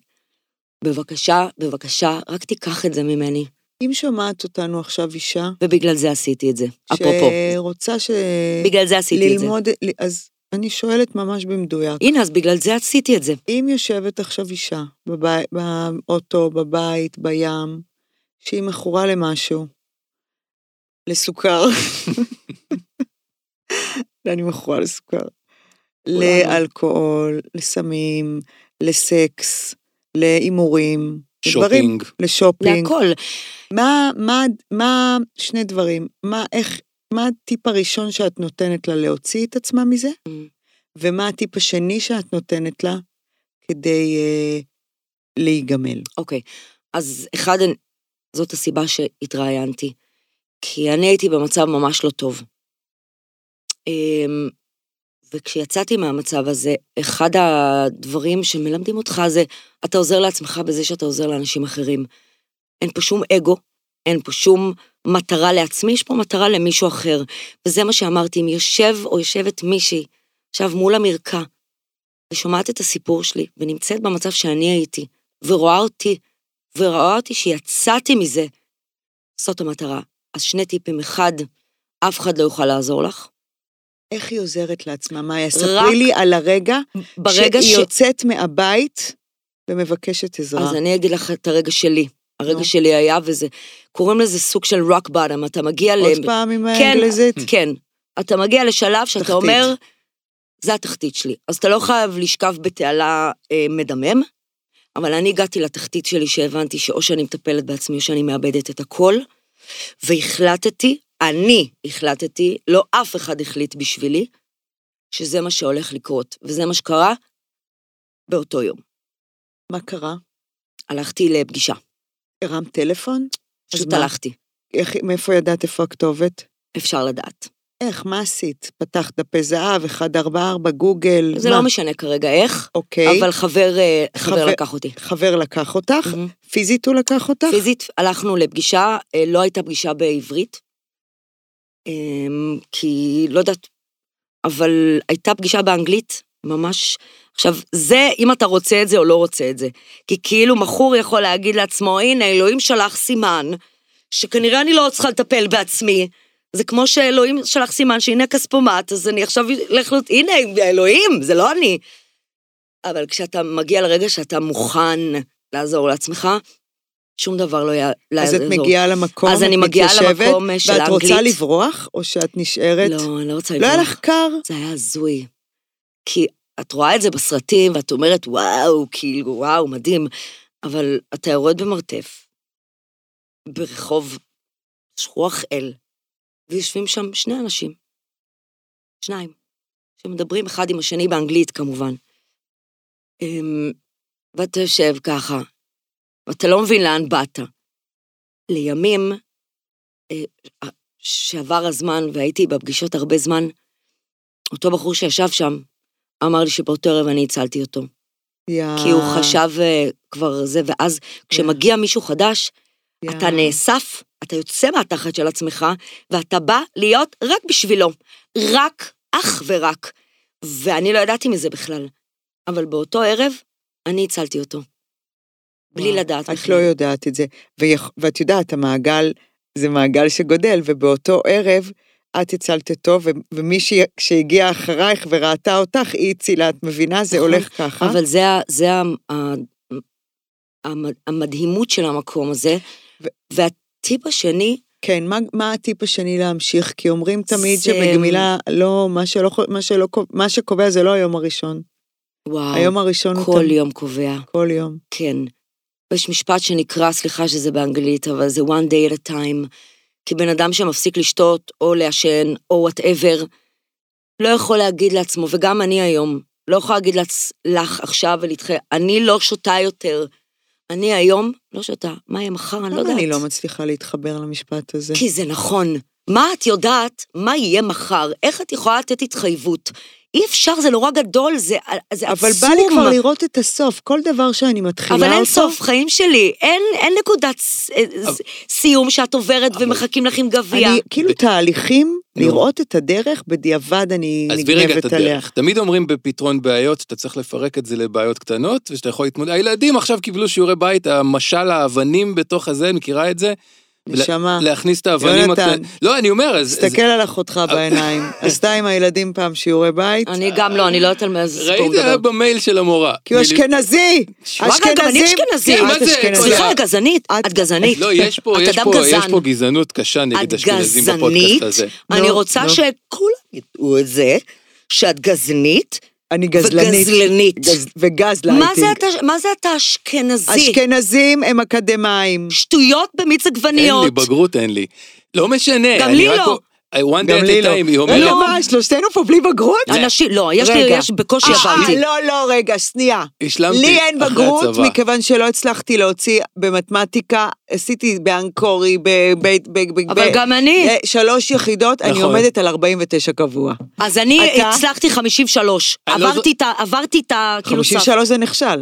Speaker 2: בבקשה, בבקשה, רק תיקח את זה ממני.
Speaker 1: אם שומעת אותנו עכשיו אישה,
Speaker 2: ובגלל זה עשיתי את זה, אפרופו.
Speaker 1: שרוצה ש...
Speaker 2: בגלל זה עשיתי את זה.
Speaker 1: ללמוד, אז אני שואלת ממש במדויק.
Speaker 2: הנה, אז בגלל זה עשיתי את זה.
Speaker 1: אם יושבת עכשיו אישה בבי... באוטו, בבית, בים, שהיא מכורה למשהו, לסוכר, לא, אני מכורה לסוכר, לאלכוהול, לסמים, לסקס, להימורים, לדברים,
Speaker 5: שופינג.
Speaker 1: לשופינג,
Speaker 2: להכל.
Speaker 1: מה, מה, מה, שני דברים, מה, איך, מה הטיפ הראשון שאת נותנת לה להוציא את עצמה מזה,
Speaker 2: Mm.
Speaker 1: ומה הטיפ השני שאת נותנת לה כדי אה, להיגמל.
Speaker 2: אוקיי, אז אחד, זאת הסיבה שהתראיינתי, כי אני הייתי במצב ממש לא טוב. אמ, וכשיצאתי מהמצב הזה, אחד הדברים שמלמדים אותך זה, אתה עוזר לעצמך בזה שאתה עוזר לאנשים אחרים. אין פה שום אגו, אין פה שום מטרה לעצמי, יש פה מטרה למישהו אחר. וזה מה שאמרתי, אם יושב או יושבת מישהי עכשיו מול המרקע, ושומעת את הסיפור שלי, ונמצאת במצב שאני הייתי, ורואה אותי, ורואה אותי שיצאתי מזה. זאת המטרה. אז שני טיפים. אחד, אף אחד לא יוכל לעזור לך.
Speaker 1: איך היא עוזרת לעצמה? מאיה,
Speaker 2: רק
Speaker 1: ספרי לי על הרגע,
Speaker 2: ברגע
Speaker 1: שהיא
Speaker 2: ש...
Speaker 1: יוצאת מהבית ומבקשת עזרה.
Speaker 2: אז אני אגיד לך את הרגע שלי. הרגע
Speaker 1: נו.
Speaker 2: שלי היה וזה, קוראים לזה סוג של rock bottom, אתה מגיע ל...
Speaker 1: עוד פעם עם
Speaker 2: כן,
Speaker 1: האנגלזית?
Speaker 2: כן. אתה מגיע לשלב שאתה
Speaker 1: Mm. תחתית.
Speaker 2: אומר, זה התחתית שלי. אז אתה לא חייב לשכב בתעלה אה, מדמם, אבל אני הגעתי לתחתית שלי שהבנתי שאו שאני מטפלת בעצמי או שאני מאבדת את הכל, והחלטתי, אני החלטתי, לא אף אחד החליט בשבילי, שזה מה שהולך לקרות, וזה מה שקרה באותו יום.
Speaker 1: מה קרה?
Speaker 2: הלכתי לפגישה,
Speaker 1: הרמת טלפון? אז
Speaker 2: פשוט
Speaker 1: מה?
Speaker 2: הלכתי,
Speaker 1: איך, מאיפה ידעת איפה הכתובת?
Speaker 2: אפשר לדעת.
Speaker 1: איך, מה עשית? פתחת דפי זהב, 144, גוגל,
Speaker 2: זה
Speaker 1: מה?
Speaker 2: לא משנה כרגע איך,
Speaker 1: אוקיי.
Speaker 2: אבל חבר אה, חבר
Speaker 1: חבר-
Speaker 2: לקח אותי.
Speaker 1: חבר לקח אותך,
Speaker 2: מהמם.
Speaker 1: פיזית הוא לקח אותך?
Speaker 2: פיזית הלכנו לפגישה, אה, לא הייתה פגישה בעברית, אמ, כי לא יודעת, אבל הייתה פגישה באנגלית, ממש. עכשיו, זה אם אתה רוצה את זה או לא רוצה את זה. כי כאילו מכור יכול להגיד לעצמו, הנה, אלוהים שלח סימן, שכנראה אני לא צריכה לטפל בעצמי, זה כמו שאלוהים שלח סימן שהנה כספומט, אז אני עכשיו אלך, לת- הנה, אלוהים, זה לא אני. אבל כשאתה מגיע לרגע שאתה מוכן לעזור לעצמך, שום דבר לא יעזור.
Speaker 1: אז את מגיעה למקום,
Speaker 2: אז
Speaker 1: את
Speaker 2: אני מגיעה
Speaker 1: מתיישבת,
Speaker 2: למקום, אה, של
Speaker 1: ואת רוצה
Speaker 2: האנגלית.
Speaker 1: לברוח, או שאת נשארת?
Speaker 2: לא, אני לא רוצה
Speaker 1: לא היה
Speaker 2: לברוח.
Speaker 1: לך קר?
Speaker 2: זה היה הזוי. כי את רואה את זה בסרטים, ואת אומרת, וואו, כאילו, וואו, מדהים. אבל אתה יורד במרתף, ברחוב שכוח אל, ויושבים שם שני אנשים, שניים, שמדברים אחד עם השני באנגלית, כמובן. אמ, ואתה יושב ככה, ואתה לא מבין לאן באת. לימים, אה, אה, שעבר הזמן, והייתי בפגישות הרבה זמן, אותו בחור שישב שם, אמר לי שבאותו ערב אני הצלתי אותו.
Speaker 1: יא,
Speaker 2: כי הוא חשב אה, כבר זה, ואז כשמגיע מישהו חדש,
Speaker 1: יא.
Speaker 2: אתה נאסף, אתה יוצא מהתחת של עצמך, ואתה בא להיות רק בשבילו. רק, אך ורק. ואני לא ידעתי מזה בכלל. אבל באותו ערב, אני הצלתי אותו. בלי
Speaker 1: וואו,
Speaker 2: לדעת
Speaker 1: את לא יודעת את זה. ויכ- ואת יודעת, המעגל, זה מעגל שגודל, ובאותו ערב את הצלת אותו, ו- ומי ש- שהגיעה אחרייך וראתה אותך, היא הצילה, את מבינה? זה
Speaker 2: נכון,
Speaker 1: הולך ככה.
Speaker 2: אבל זה, ה- זה ה- ה- המד- המדהימות של המקום הזה.
Speaker 1: ו-
Speaker 2: והטיפ השני,
Speaker 1: כן, מה, מה הטיפ השני להמשיך? כי אומרים תמיד
Speaker 2: זה-
Speaker 1: שבגמילה, לא, מה, שלא, חו- מה, שלא, קוב- מה שקובע זה לא היום הראשון.
Speaker 2: וואו,
Speaker 1: היום הראשון הוא...
Speaker 2: כל
Speaker 1: תמיד-
Speaker 2: יום קובע.
Speaker 1: כל יום.
Speaker 2: כן. יש משפט שנקרא, סליחה שזה באנגלית, אבל זה one day at a time. כי בן אדם שמפסיק לשתות, או לעשן, או וואטאבר, לא יכול להגיד לעצמו, וגם אני היום, לא יכולה להגיד לעצ... לך עכשיו ולדחה, אני לא שותה יותר. אני היום לא שותה. מה יהיה מחר? אני לא
Speaker 1: למה
Speaker 2: יודעת.
Speaker 1: אני לא מצליחה להתחבר למשפט הזה?
Speaker 2: כי זה נכון. מה את יודעת, מה יהיה מחר? איך את יכולה לתת התחייבות? אי אפשר, זה נורא גדול, זה, זה
Speaker 1: אבל
Speaker 2: עצום.
Speaker 1: בא לי כבר לראות את הסוף, כל דבר שאני מתחילה אותו.
Speaker 2: אבל אין סוף, חיים שלי, אין, אין נקודת ס, אה,
Speaker 5: אבל-
Speaker 2: ס, סיום שאת עוברת ומחכים לך עם גביע.
Speaker 1: אני, כאילו
Speaker 5: ב-
Speaker 1: תהליכים,
Speaker 5: נו.
Speaker 1: לראות את הדרך, בדיעבד אני
Speaker 5: עזבי רגע את
Speaker 1: נגנבת עליה.
Speaker 5: הדרך. תמיד אומרים בפתרון בעיות שאתה צריך לפרק את זה לבעיות קטנות, ושאתה יכול להתמודד. הילדים עכשיו קיבלו שיעורי בית, המשל האבנים בתוך הזה, מכירה את זה?
Speaker 1: נשמה,
Speaker 5: להכניס את האבנים
Speaker 1: יונתן.
Speaker 5: הקטנות. לא, אני אומר, אז... אז-
Speaker 1: תסתכל על אחותך בעיניים. עשתה עם הילדים פעם שיעורי בית,
Speaker 2: אני גם לא, אני לא יודעת על מה זה סיפור
Speaker 5: ראיתי היה
Speaker 2: גדול.
Speaker 5: במייל של המורה.
Speaker 1: כי הוא
Speaker 5: מילי-
Speaker 1: אשכנזי!
Speaker 2: וואגה, גם אני
Speaker 1: אשכנזים-
Speaker 2: אשכנזית.
Speaker 5: כן, מה
Speaker 1: את
Speaker 5: זה?
Speaker 1: אשכנזית.
Speaker 2: סליחה, את גזענית?
Speaker 1: את-
Speaker 2: את גזענית.
Speaker 5: לא, יש פה,
Speaker 2: את
Speaker 5: יש
Speaker 2: אדם
Speaker 5: פה, יש
Speaker 2: גזען.
Speaker 5: פה גזענות קשה
Speaker 2: את
Speaker 5: נגד אשכנזים
Speaker 2: גזענית?
Speaker 5: בפודקאסט הזה. לא,
Speaker 2: אני
Speaker 1: נו,
Speaker 2: רוצה
Speaker 1: נו.
Speaker 2: שכולם ידעו את זה, שאת גזענית
Speaker 1: אני גזלנית.
Speaker 2: וגזלנית.
Speaker 1: גז- וגזלייטינג.
Speaker 2: מה זה אתה- מה זה אתה אשכנזי?
Speaker 1: אשכנזים הם אקדמאים.
Speaker 2: שטויות במיץ
Speaker 5: אין לי,
Speaker 2: עגבניות.
Speaker 5: בגרות אין לי. לא משנה.
Speaker 2: גם
Speaker 5: אני
Speaker 2: לי
Speaker 5: רק
Speaker 2: לא.
Speaker 5: א- one
Speaker 1: גם
Speaker 5: day
Speaker 1: לי
Speaker 5: at a
Speaker 1: לא.
Speaker 5: time, היא
Speaker 1: רגע,
Speaker 5: אומרת,
Speaker 1: מה, שלושתנו פה בלי בגרות?
Speaker 2: אנשים, לא, יש לי,
Speaker 1: רגע.
Speaker 2: יש בקושי
Speaker 1: אה,
Speaker 2: עברתי.
Speaker 1: לא, לא, רגע, שנייה.
Speaker 5: השלמתי
Speaker 1: לי אין
Speaker 5: אחרי
Speaker 1: בגרות,
Speaker 5: הצבא.
Speaker 1: מכיוון שלא הצלחתי להוציא במתמטיקה, עשיתי באנקורי, ב... ב, ב, ב
Speaker 2: אבל
Speaker 1: ב-
Speaker 2: גם אני.
Speaker 1: אה, שלוש יחידות, אני
Speaker 5: נכון.
Speaker 1: עומדת על 49 קבוע.
Speaker 2: אז אני
Speaker 1: אתה?
Speaker 2: הצלחתי 53.
Speaker 5: אני לא
Speaker 2: עברתי את ה... עברתי את ה... כאילו סף.
Speaker 1: 53 זה נכשל.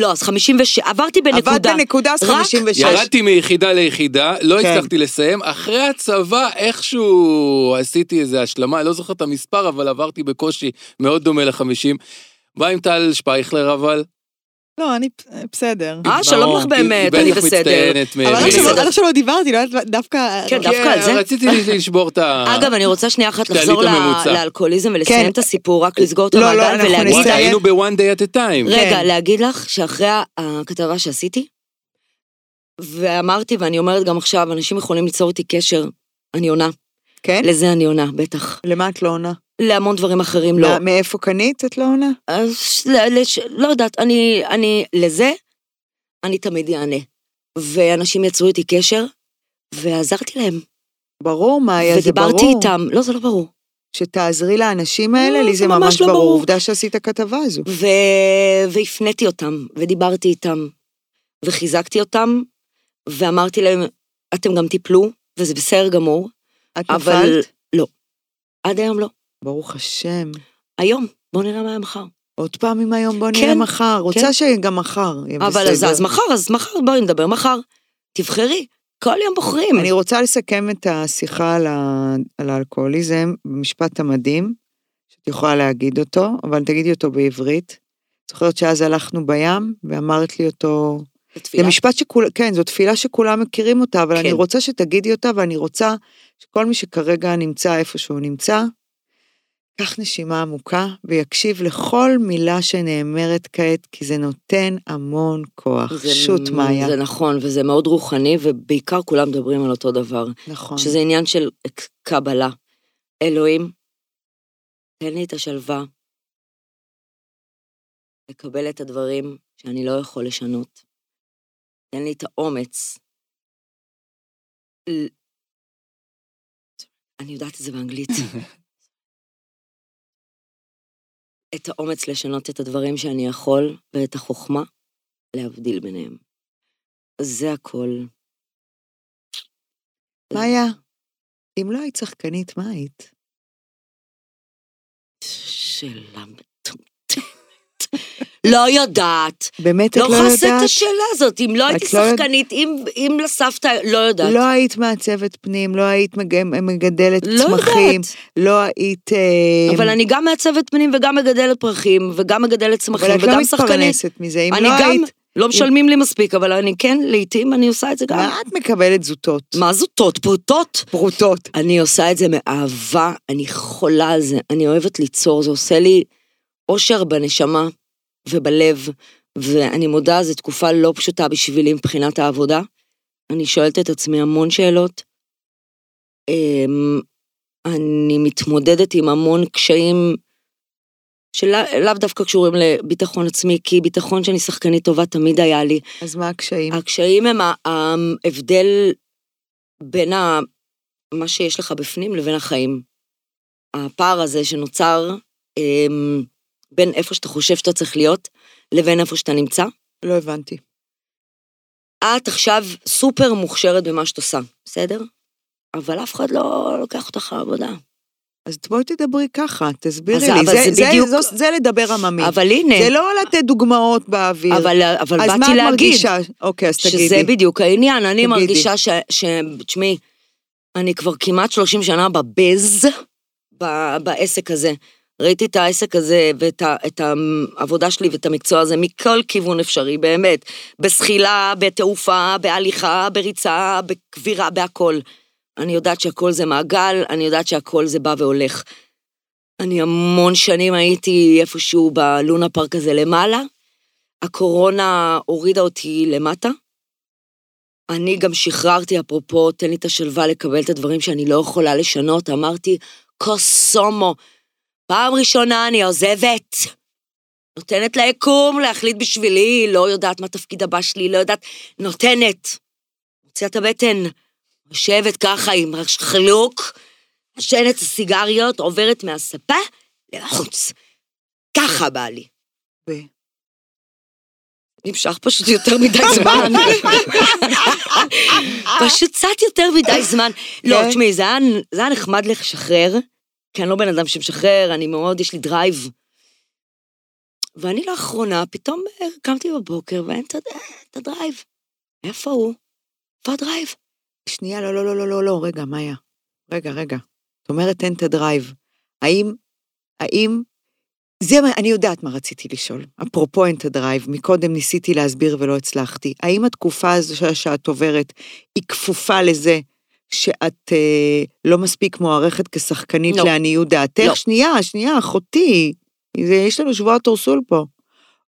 Speaker 2: לא, אז 56. עברתי בנקודה.
Speaker 1: עבדת בנקודה, אז
Speaker 2: רק
Speaker 1: 56.
Speaker 5: ירדתי מיחידה ליחידה, לא
Speaker 1: כן.
Speaker 5: הצלחתי לסיים. אחרי הצבא איכשהו עשיתי איזו השלמה, לא זוכר את המספר, אבל עברתי בקושי מאוד דומה לחמישים. בא עם טל שפייכלר אבל.
Speaker 3: לא, אני בסדר.
Speaker 2: אה, שלום
Speaker 5: ברור.
Speaker 2: לך
Speaker 5: היא
Speaker 2: באמת, אני
Speaker 5: בטח
Speaker 2: בסדר.
Speaker 5: מצטיינת
Speaker 3: אבל
Speaker 5: מ-
Speaker 3: עד עכשיו-
Speaker 5: מ-
Speaker 3: עד עכשיו לא דיברתי, לא יודעת, דווקא...
Speaker 2: כן,
Speaker 3: לא.
Speaker 2: דווקא על זה?
Speaker 5: רציתי לשבור את ה...
Speaker 2: אה. אגב, אני רוצה שנייה אחת
Speaker 5: תעלי
Speaker 2: לחזור
Speaker 5: את
Speaker 2: ל-
Speaker 5: הממוצע.
Speaker 2: לאלכוהוליזם ולסיים
Speaker 1: כן.
Speaker 2: את הסיפור, רק לסגור את
Speaker 1: לא, לא,
Speaker 2: המעגל
Speaker 1: אנחנו
Speaker 5: וואי,
Speaker 2: ולהגיד...
Speaker 1: נסיים.
Speaker 5: היינו ב-one day at a time.
Speaker 2: רגע,
Speaker 1: כן.
Speaker 2: להגיד לך שאחרי הכתבה שעשיתי, ואמרתי, ואני אומרת גם עכשיו, אנשים יכולים ליצור איתי קשר, אני עונה.
Speaker 1: כן?
Speaker 2: לזה אני עונה, בטח.
Speaker 1: למה את לא עונה?
Speaker 2: להמון דברים אחרים לא.
Speaker 1: מה- מאיפה קנית את לא עונה?
Speaker 2: אז ל- לש- לא יודעת, אני, אני, לזה, אני תמיד אענה. ואנשים יצרו איתי קשר, ועזרתי להם.
Speaker 1: ברור מה היה, אה, זה ברור.
Speaker 2: ודיברתי איתם, לא, זה לא ברור.
Speaker 1: שתעזרי לאנשים האלה,
Speaker 2: לא,
Speaker 1: לי
Speaker 2: זה
Speaker 1: זה
Speaker 2: ממש
Speaker 1: ממש
Speaker 2: לא
Speaker 1: ברור.
Speaker 2: ברור.
Speaker 1: עובדה שעשית כתבה הזו.
Speaker 2: ו... והפניתי אותם, ודיברתי איתם, וחיזקתי אותם, ואמרתי להם, אתם גם תיפלו, וזה בסדר גמור,
Speaker 1: את
Speaker 2: אבל...
Speaker 1: נפלת?
Speaker 2: לא. עד היום לא.
Speaker 1: ברוך השם.
Speaker 2: היום, בואו נראה מה יהיה מחר.
Speaker 1: עוד פעם עם היום, בוא נראה
Speaker 2: כן,
Speaker 1: מחר. רוצה
Speaker 2: כן.
Speaker 1: שגם מחר יהיה בסדר.
Speaker 2: אבל אז, אז מחר, אז מחר, בואי נדבר מחר. תבחרי, כל יום בוחרים.
Speaker 1: אני רוצה לסכם את השיחה על, ה... על האלכוהוליזם במשפט המדהים, שאת יכולה להגיד אותו, אבל תגידי אותו בעברית. זוכרת שאז הלכנו בים, ואמרת לי אותו, זה
Speaker 2: התפילה.
Speaker 1: משפט שכולם, כן, זו תפילה שכולם מכירים אותה, אבל
Speaker 2: כן.
Speaker 1: אני רוצה שתגידי אותה, ואני רוצה שכל מי שכרגע נמצא איפה שהוא נמצא, קח נשימה עמוקה ויקשיב לכל מילה שנאמרת כעת, כי זה נותן המון כוח.
Speaker 2: זה-
Speaker 1: שוט, מאיה.
Speaker 2: זה נכון, וזה מאוד רוחני, ובעיקר כולם מדברים על אותו דבר.
Speaker 1: נכון.
Speaker 2: שזה עניין של קבלה. אלוהים, תן לי את השלווה לקבל את הדברים שאני לא יכול לשנות. תן לי את האומץ. ל- אני יודעת את זה באנגלית. את האומץ לשנות את הדברים שאני יכול, ואת החוכמה להבדיל ביניהם. זה הכל.
Speaker 1: מאיה, אם לא היית שחקנית, מה היית?
Speaker 2: שאלה מטומטמת. לא יודעת.
Speaker 1: באמת את
Speaker 2: לא
Speaker 1: לא
Speaker 2: יכולה לשאת את
Speaker 1: יודעת?
Speaker 2: השאלה הזאת. אם לא הייתי
Speaker 1: את לא יודעת.
Speaker 2: שחקנית, אם- אם לסבתא, לא יודעת.
Speaker 1: לא היית מעצבת פנים, לא היית מג- מגדלת
Speaker 2: לא
Speaker 1: צמחים,
Speaker 2: יודעת.
Speaker 1: לא היית... אה,
Speaker 2: אבל אני גם מעצבת פנים וגם מגדלת פרחים, וגם מגדלת צמחים,
Speaker 1: אבל את לא
Speaker 2: וגם שחקנית.
Speaker 1: מתפרנסת מזה, אם
Speaker 2: אני
Speaker 1: לא
Speaker 2: גם,
Speaker 1: היית...
Speaker 2: לא משלמים לי מספיק, אבל אני כן, לעתים אני עושה את זה גם.
Speaker 1: מה את מקבלת זוטות?
Speaker 2: מה זוטות? פרוטות?
Speaker 1: פרוטות.
Speaker 2: אני עושה את זה מאהבה, אני חולה על זה, אני אוהבת ליצור, זה עושה לי אושר בנשמה ובלב, ואני מודה, זו תקופה לא פשוטה בשבילי מבחינת העבודה. אני שואלת את עצמי המון שאלות. אמ, אני מתמודדת עם המון קשיים שלאו דווקא קשורים לביטחון עצמי, כי ביטחון שאני שחקנית טובה תמיד היה לי,
Speaker 1: אז מה הקשיים?
Speaker 2: הקשיים הם ה- ההבדל בין ה... מה שיש לך בפנים לבין החיים. הפער הזה שנוצר אמ, בין איפה שאתה חושב שאתה צריך להיות לבין איפה שאתה נמצא.
Speaker 1: לא הבנתי.
Speaker 2: את עכשיו סופר מוכשרת במה שאת עושה, בסדר? אבל אף אחד לא לוקח אותך לעבודה.
Speaker 1: אז בואי תדברי ככה, תסבירי
Speaker 2: אז-
Speaker 1: לי.
Speaker 2: אבל
Speaker 1: זה,
Speaker 2: זה
Speaker 1: זה,
Speaker 2: בדיוק-
Speaker 1: זו- זה לדבר עממי.
Speaker 2: אבל הנה,
Speaker 1: זה לא לתת דוגמאות באוויר.
Speaker 2: אבל, אבל
Speaker 1: אז
Speaker 2: באתי
Speaker 1: מה את
Speaker 2: להגיד.
Speaker 1: מרגישה? אוקיי, אז תגידי.
Speaker 2: שזה בדיוק העניין, אני
Speaker 1: תגידי.
Speaker 2: מרגישה ש... ש- תשמעי, אני כבר כמעט 30 שנה בבז, ב- בעסק הזה. ראיתי את העסק הזה ואת ה- את העבודה שלי ואת המקצוע הזה מכל כיוון אפשרי, באמת. בזחילה, בתעופה, בהליכה, בריצה, בכבירה, בהכל. אני יודעת שהכל זה מעגל, אני יודעת שהכל זה בא והולך. אני המון שנים הייתי איפשהו בלונה פארק הזה למעלה, הקורונה הורידה אותי למטה. אני גם שחררתי, אפרופו, תן לי את השלווה לקבל את הדברים שאני לא יכולה לשנות, אמרתי, קוסומו, פעם ראשונה אני עוזבת. נותנת ליקום להחליט בשבילי, לא יודעת מה התפקיד הבא שלי, לא יודעת, נותנת. מוציאה את הבטן, יושבת ככה עם חלוק, עשנת סיגריות, עוברת מהספה לחוץ. ככה בא לי.
Speaker 1: ו-
Speaker 2: נמשך פשוט יותר מדי זמן. פשוט קצת יותר מדי זמן. לא,
Speaker 1: כן.
Speaker 2: תשמעי, זה היה- זה היה נחמד לשחרר, כי אני לא בן אדם שמשחרר, אני מאוד, יש לי דרייב. ואני לאחרונה, פתאום אה, קמתי בבוקר ואין את הד- את הדרייב. איפה הוא? איפה הדרייב?
Speaker 1: שנייה, לא, לא, לא, לא, לא, לא, רגע, מאיה. רגע, רגע. את אומרת אין את הדרייב. האם, האם, זה מה, אני יודעת מה רציתי לשאול. אפרופו אין את הדרייב, מקודם ניסיתי להסביר ולא הצלחתי. האם התקופה הזו ש- שאת עוברת היא כפופה לזה שאת אה, לא מספיק מוערכת כשחקנית
Speaker 2: לא.
Speaker 1: לא. לעניות דעתך?
Speaker 2: לא.
Speaker 1: שנייה, שנייה, אחותי, זה, יש לנו שבוע תורסול פה.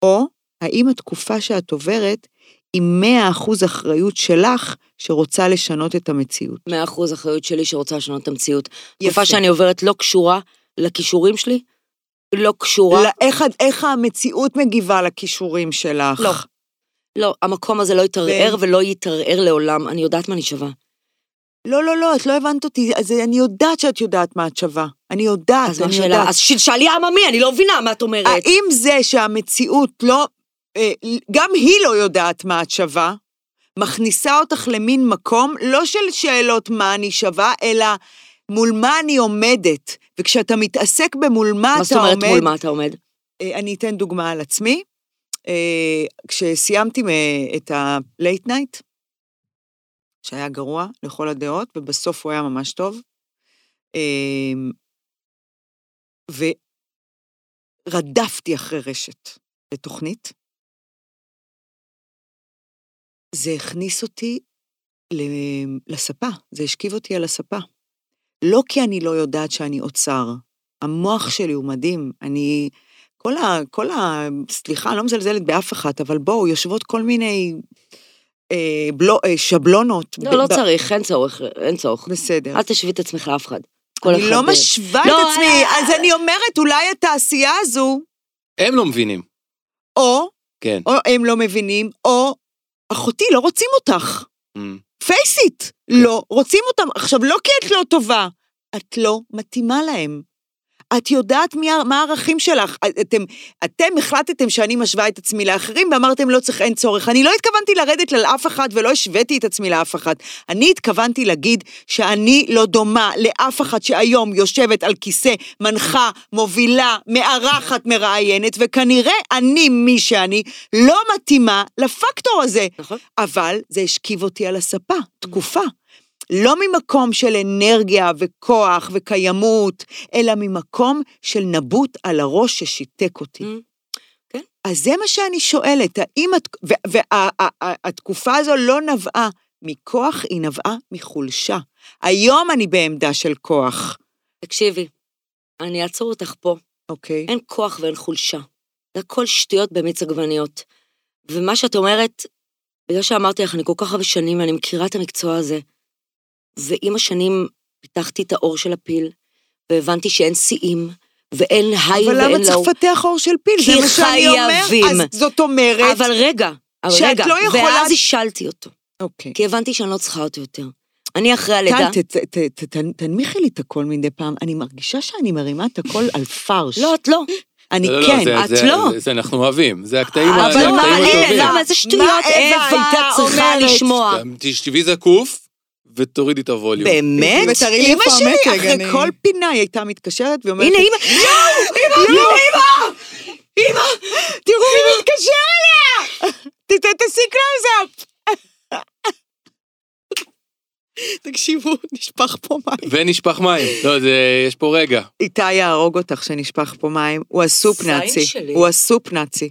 Speaker 1: או האם התקופה שאת עוברת היא 100% אחריות שלך שרוצה לשנות את המציאות.
Speaker 2: מאה אחוז אחריות שלי שרוצה לשנות את המציאות.
Speaker 1: יפה.
Speaker 2: תקופה שאני עוברת לא קשורה לכישורים שלי, לא קשורה...
Speaker 1: לא, איך, את- איך המציאות מגיבה לכישורים שלך?
Speaker 2: לא. לא, המקום הזה לא יתערער
Speaker 1: ו-
Speaker 2: ולא יתערער לעולם, אני יודעת מה אני שווה.
Speaker 1: לא, לא, לא, את לא הבנת אותי. אז אני יודעת שאת יודעת מה את שווה. אני יודעת,
Speaker 2: אז מה
Speaker 1: אני
Speaker 2: השאלה?
Speaker 1: יודעת. אה,
Speaker 2: אז שאלי עממי, אני לא מבינה מה את אומרת.
Speaker 1: האם זה שהמציאות לא... אה, גם היא לא יודעת מה את שווה, מכניסה אותך למין מקום, לא של שאלות מה אני שווה, אלא מול מה אני עומדת. וכשאתה מתעסק במול מה,
Speaker 2: מה
Speaker 1: אתה
Speaker 2: זאת אומרת
Speaker 1: עומד...
Speaker 2: מול מה אתה עומד?
Speaker 1: אה, אני אתן דוגמה על עצמי. אה, כשסיימתי מ- את ה-Late Night, שהיה גרוע לכל הדעות, ובסוף הוא היה ממש טוב, אמ, אה, ורדפתי אחרי רשת לתוכנית, זה הכניס אותי ל- לספה, זה השכיב אותי על הספה. לא כי אני לא יודעת שאני אוצר, המוח שלי הוא מדהים, אני... כל ה... כל ה... סליחה, אני לא מזלזלת באף אחת, אבל בואו, יושבות כל מיני אה, בלו, אה, שבלונות.
Speaker 2: לא, לא צריך, אין צורך, אין צורך.
Speaker 1: בסדר.
Speaker 2: אל תשווי את עצמך לאף אחד. כל
Speaker 1: אני
Speaker 2: אחד
Speaker 1: לא
Speaker 2: ב-
Speaker 1: משווה
Speaker 2: לא,
Speaker 1: את עצמי,
Speaker 2: אה,
Speaker 1: אז אני אומרת, אולי התעשייה הזו,
Speaker 5: הם לא מבינים.
Speaker 1: או,
Speaker 5: כן.
Speaker 1: או הם לא מבינים, או אחותי, לא רוצים אותך.
Speaker 5: אמ,
Speaker 1: פייס איט, לא רוצים אותם. עכשיו, לא כי את לא טובה, את לא מתאימה להם. את יודעת מי, ה- מה הערכים שלך. אתם, אתם החלטתם שאני משווה את עצמי לאחרים, ואמרתם לא צריך, אין צורך. אני לא התכוונתי לרדת על אף אחת ולא השוויתי את עצמי לאף אחת. אני התכוונתי להגיד שאני לא דומה לאף אחת שהיום יושבת על כיסא, מנחה, מובילה, מארחת, מראיינת, וכנראה אני, מי שאני, לא מתאימה לפקטור הזה.
Speaker 2: נכון.
Speaker 1: אבל זה השכיב אותי על הספה, תקופה. לא ממקום של אנרגיה וכוח וקיימות, אלא ממקום של נבוט על הראש ששיתק אותי.
Speaker 2: Mm, כן.
Speaker 1: אז זה מה שאני שואלת, האם את... והתקופה הזו לא נבעה מכוח, היא נבעה מחולשה. היום אני בעמדה של כוח,
Speaker 2: תקשיבי, אני אעצור אותך פה.
Speaker 1: אוקיי?
Speaker 2: אין כוח ואין חולשה. זה הכל שטויות במיץ עגבניות. ומה שאת אומרת, בגלל שאמרתי לך, אני כל כך הרבה שנים ואני מכירה את המקצוע הזה, ועם השנים פיתחתי את האור של הפיל, והבנתי שאין שיאים, ואין היי
Speaker 1: אבל למה
Speaker 2: ואין
Speaker 1: צריך
Speaker 2: לאו.
Speaker 1: לפתח עור של פיל? זה
Speaker 2: כי
Speaker 1: מה שאני
Speaker 2: חייבים.
Speaker 1: אומר. אז זאת אומרת...
Speaker 2: אבל רגע, אבל
Speaker 1: שאת
Speaker 2: רגע,
Speaker 1: לא יכולה-
Speaker 2: ואז השלתי אותו,
Speaker 1: אוקיי.
Speaker 2: כי הבנתי שאני לא צריכה אותו יותר. אני אחרי הלידה...
Speaker 1: טל, ת- ת- ת- ת- תנמיכי לי את הקול מדי פעם, אני מרגישה שאני מרימה את הקול על פרש.
Speaker 2: לא, את לא.
Speaker 1: אני
Speaker 5: לא, לא,
Speaker 1: כן.
Speaker 5: זה-
Speaker 2: את
Speaker 5: זה-
Speaker 2: לא.
Speaker 5: זה- זה אנחנו אוהבים, זה הקטעים ה-
Speaker 2: אבל
Speaker 5: זה
Speaker 1: לא,
Speaker 2: מה,
Speaker 5: הקטעים
Speaker 2: הנה,
Speaker 5: הטובים.
Speaker 2: למה איזה שטויות
Speaker 1: אווה
Speaker 2: אווה
Speaker 1: הייתה
Speaker 2: הייתה צריכה
Speaker 1: אומרת? אה,
Speaker 2: לשמוע.
Speaker 5: גם תשבי זקוף ותורידי את הווליום.
Speaker 1: באמת?
Speaker 3: ותראי לי
Speaker 1: אימא
Speaker 3: איפה
Speaker 1: שלי,
Speaker 3: המתג,
Speaker 1: אחרי
Speaker 3: אני-
Speaker 1: כל פינה היא הייתה מתקשרת ואומרת,
Speaker 2: הנה,
Speaker 1: לי,
Speaker 2: אמא...
Speaker 1: תראו מי מתקשר אליה! ת- ת- תעשי קלאוזאפ!
Speaker 3: תקשיבו, נשפך פה מים.
Speaker 5: ונשפך מים. לא, זה- יש פה רגע.
Speaker 1: איתי יהרוג אותך שנשפך פה מים, הוא הסופ
Speaker 2: זין
Speaker 1: נאצי.
Speaker 2: שלי.
Speaker 1: הוא הסופ נאצי.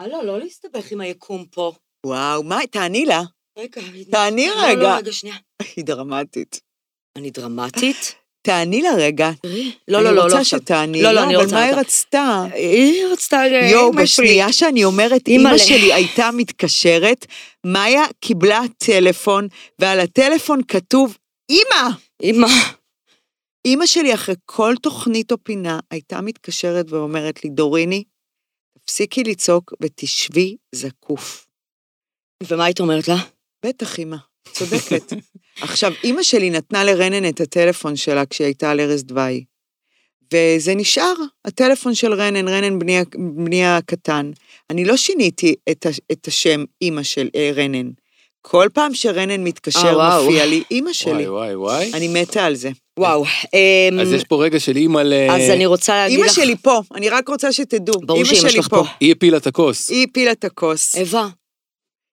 Speaker 1: אה,
Speaker 2: הלו, לא להסתבך עם היקום פה.
Speaker 1: וואו, מה, תעני לה.
Speaker 2: רגע,
Speaker 1: תעני
Speaker 2: לא,
Speaker 1: רגע.
Speaker 2: לא, רגע, שנייה.
Speaker 1: היא דרמטית.
Speaker 2: אני דרמטית?
Speaker 1: תעני לה רגע.
Speaker 2: לא, לא,
Speaker 1: אה, אני
Speaker 2: לא, לא
Speaker 1: רוצה
Speaker 2: עכשיו.
Speaker 1: שתעני.
Speaker 2: לא, לא, אני
Speaker 1: אבל
Speaker 2: רוצה
Speaker 1: מה היא
Speaker 2: אותה.
Speaker 1: רצתה?
Speaker 2: היא רצתה... אה,
Speaker 1: יואו,
Speaker 2: אמא שלי.
Speaker 1: בשנייה שאני אומרת,
Speaker 2: אימא'לה.
Speaker 1: אימא שלי הייתה מתקשרת, מאיה קיבלה טלפון, ועל הטלפון כתוב, אימא!
Speaker 2: אמא.
Speaker 1: אימא שלי אחרי כל תוכנית או פינה הייתה מתקשרת ואומרת לי, דוריני, תפסיקי לצעוק ותשבי זקוף.
Speaker 2: ומה היית אומרת לה?
Speaker 1: בטח, אימא, צודקת. עכשיו, אימא שלי נתנה לרנן את הטלפון שלה כשהיא הייתה על ערש דווי. וזה נשאר, הטלפון של רנן, רנן בני, ה- בני הקטן. אני לא שיניתי את, ה- את השם אימא של אה, רנן. כל פעם שרנן
Speaker 2: אה,
Speaker 1: מתקשר,
Speaker 2: וואו.
Speaker 1: מופיע לי אימא שלי.
Speaker 5: וואי, וואי, וואי.
Speaker 1: אני מתה על זה.
Speaker 2: וואו. אמ,
Speaker 5: אז יש אה, פה רגע של אימא ל...
Speaker 2: אז אני רוצה להגיד
Speaker 1: אימא
Speaker 2: לך...
Speaker 1: שלי פה, אני רק רוצה שתדעו.
Speaker 2: ברור
Speaker 1: אימא
Speaker 2: שאימא
Speaker 1: שלי
Speaker 2: שלך פה.
Speaker 5: היא הפילה את הכוס.
Speaker 1: היא הפילה את הכוס.
Speaker 2: אווה.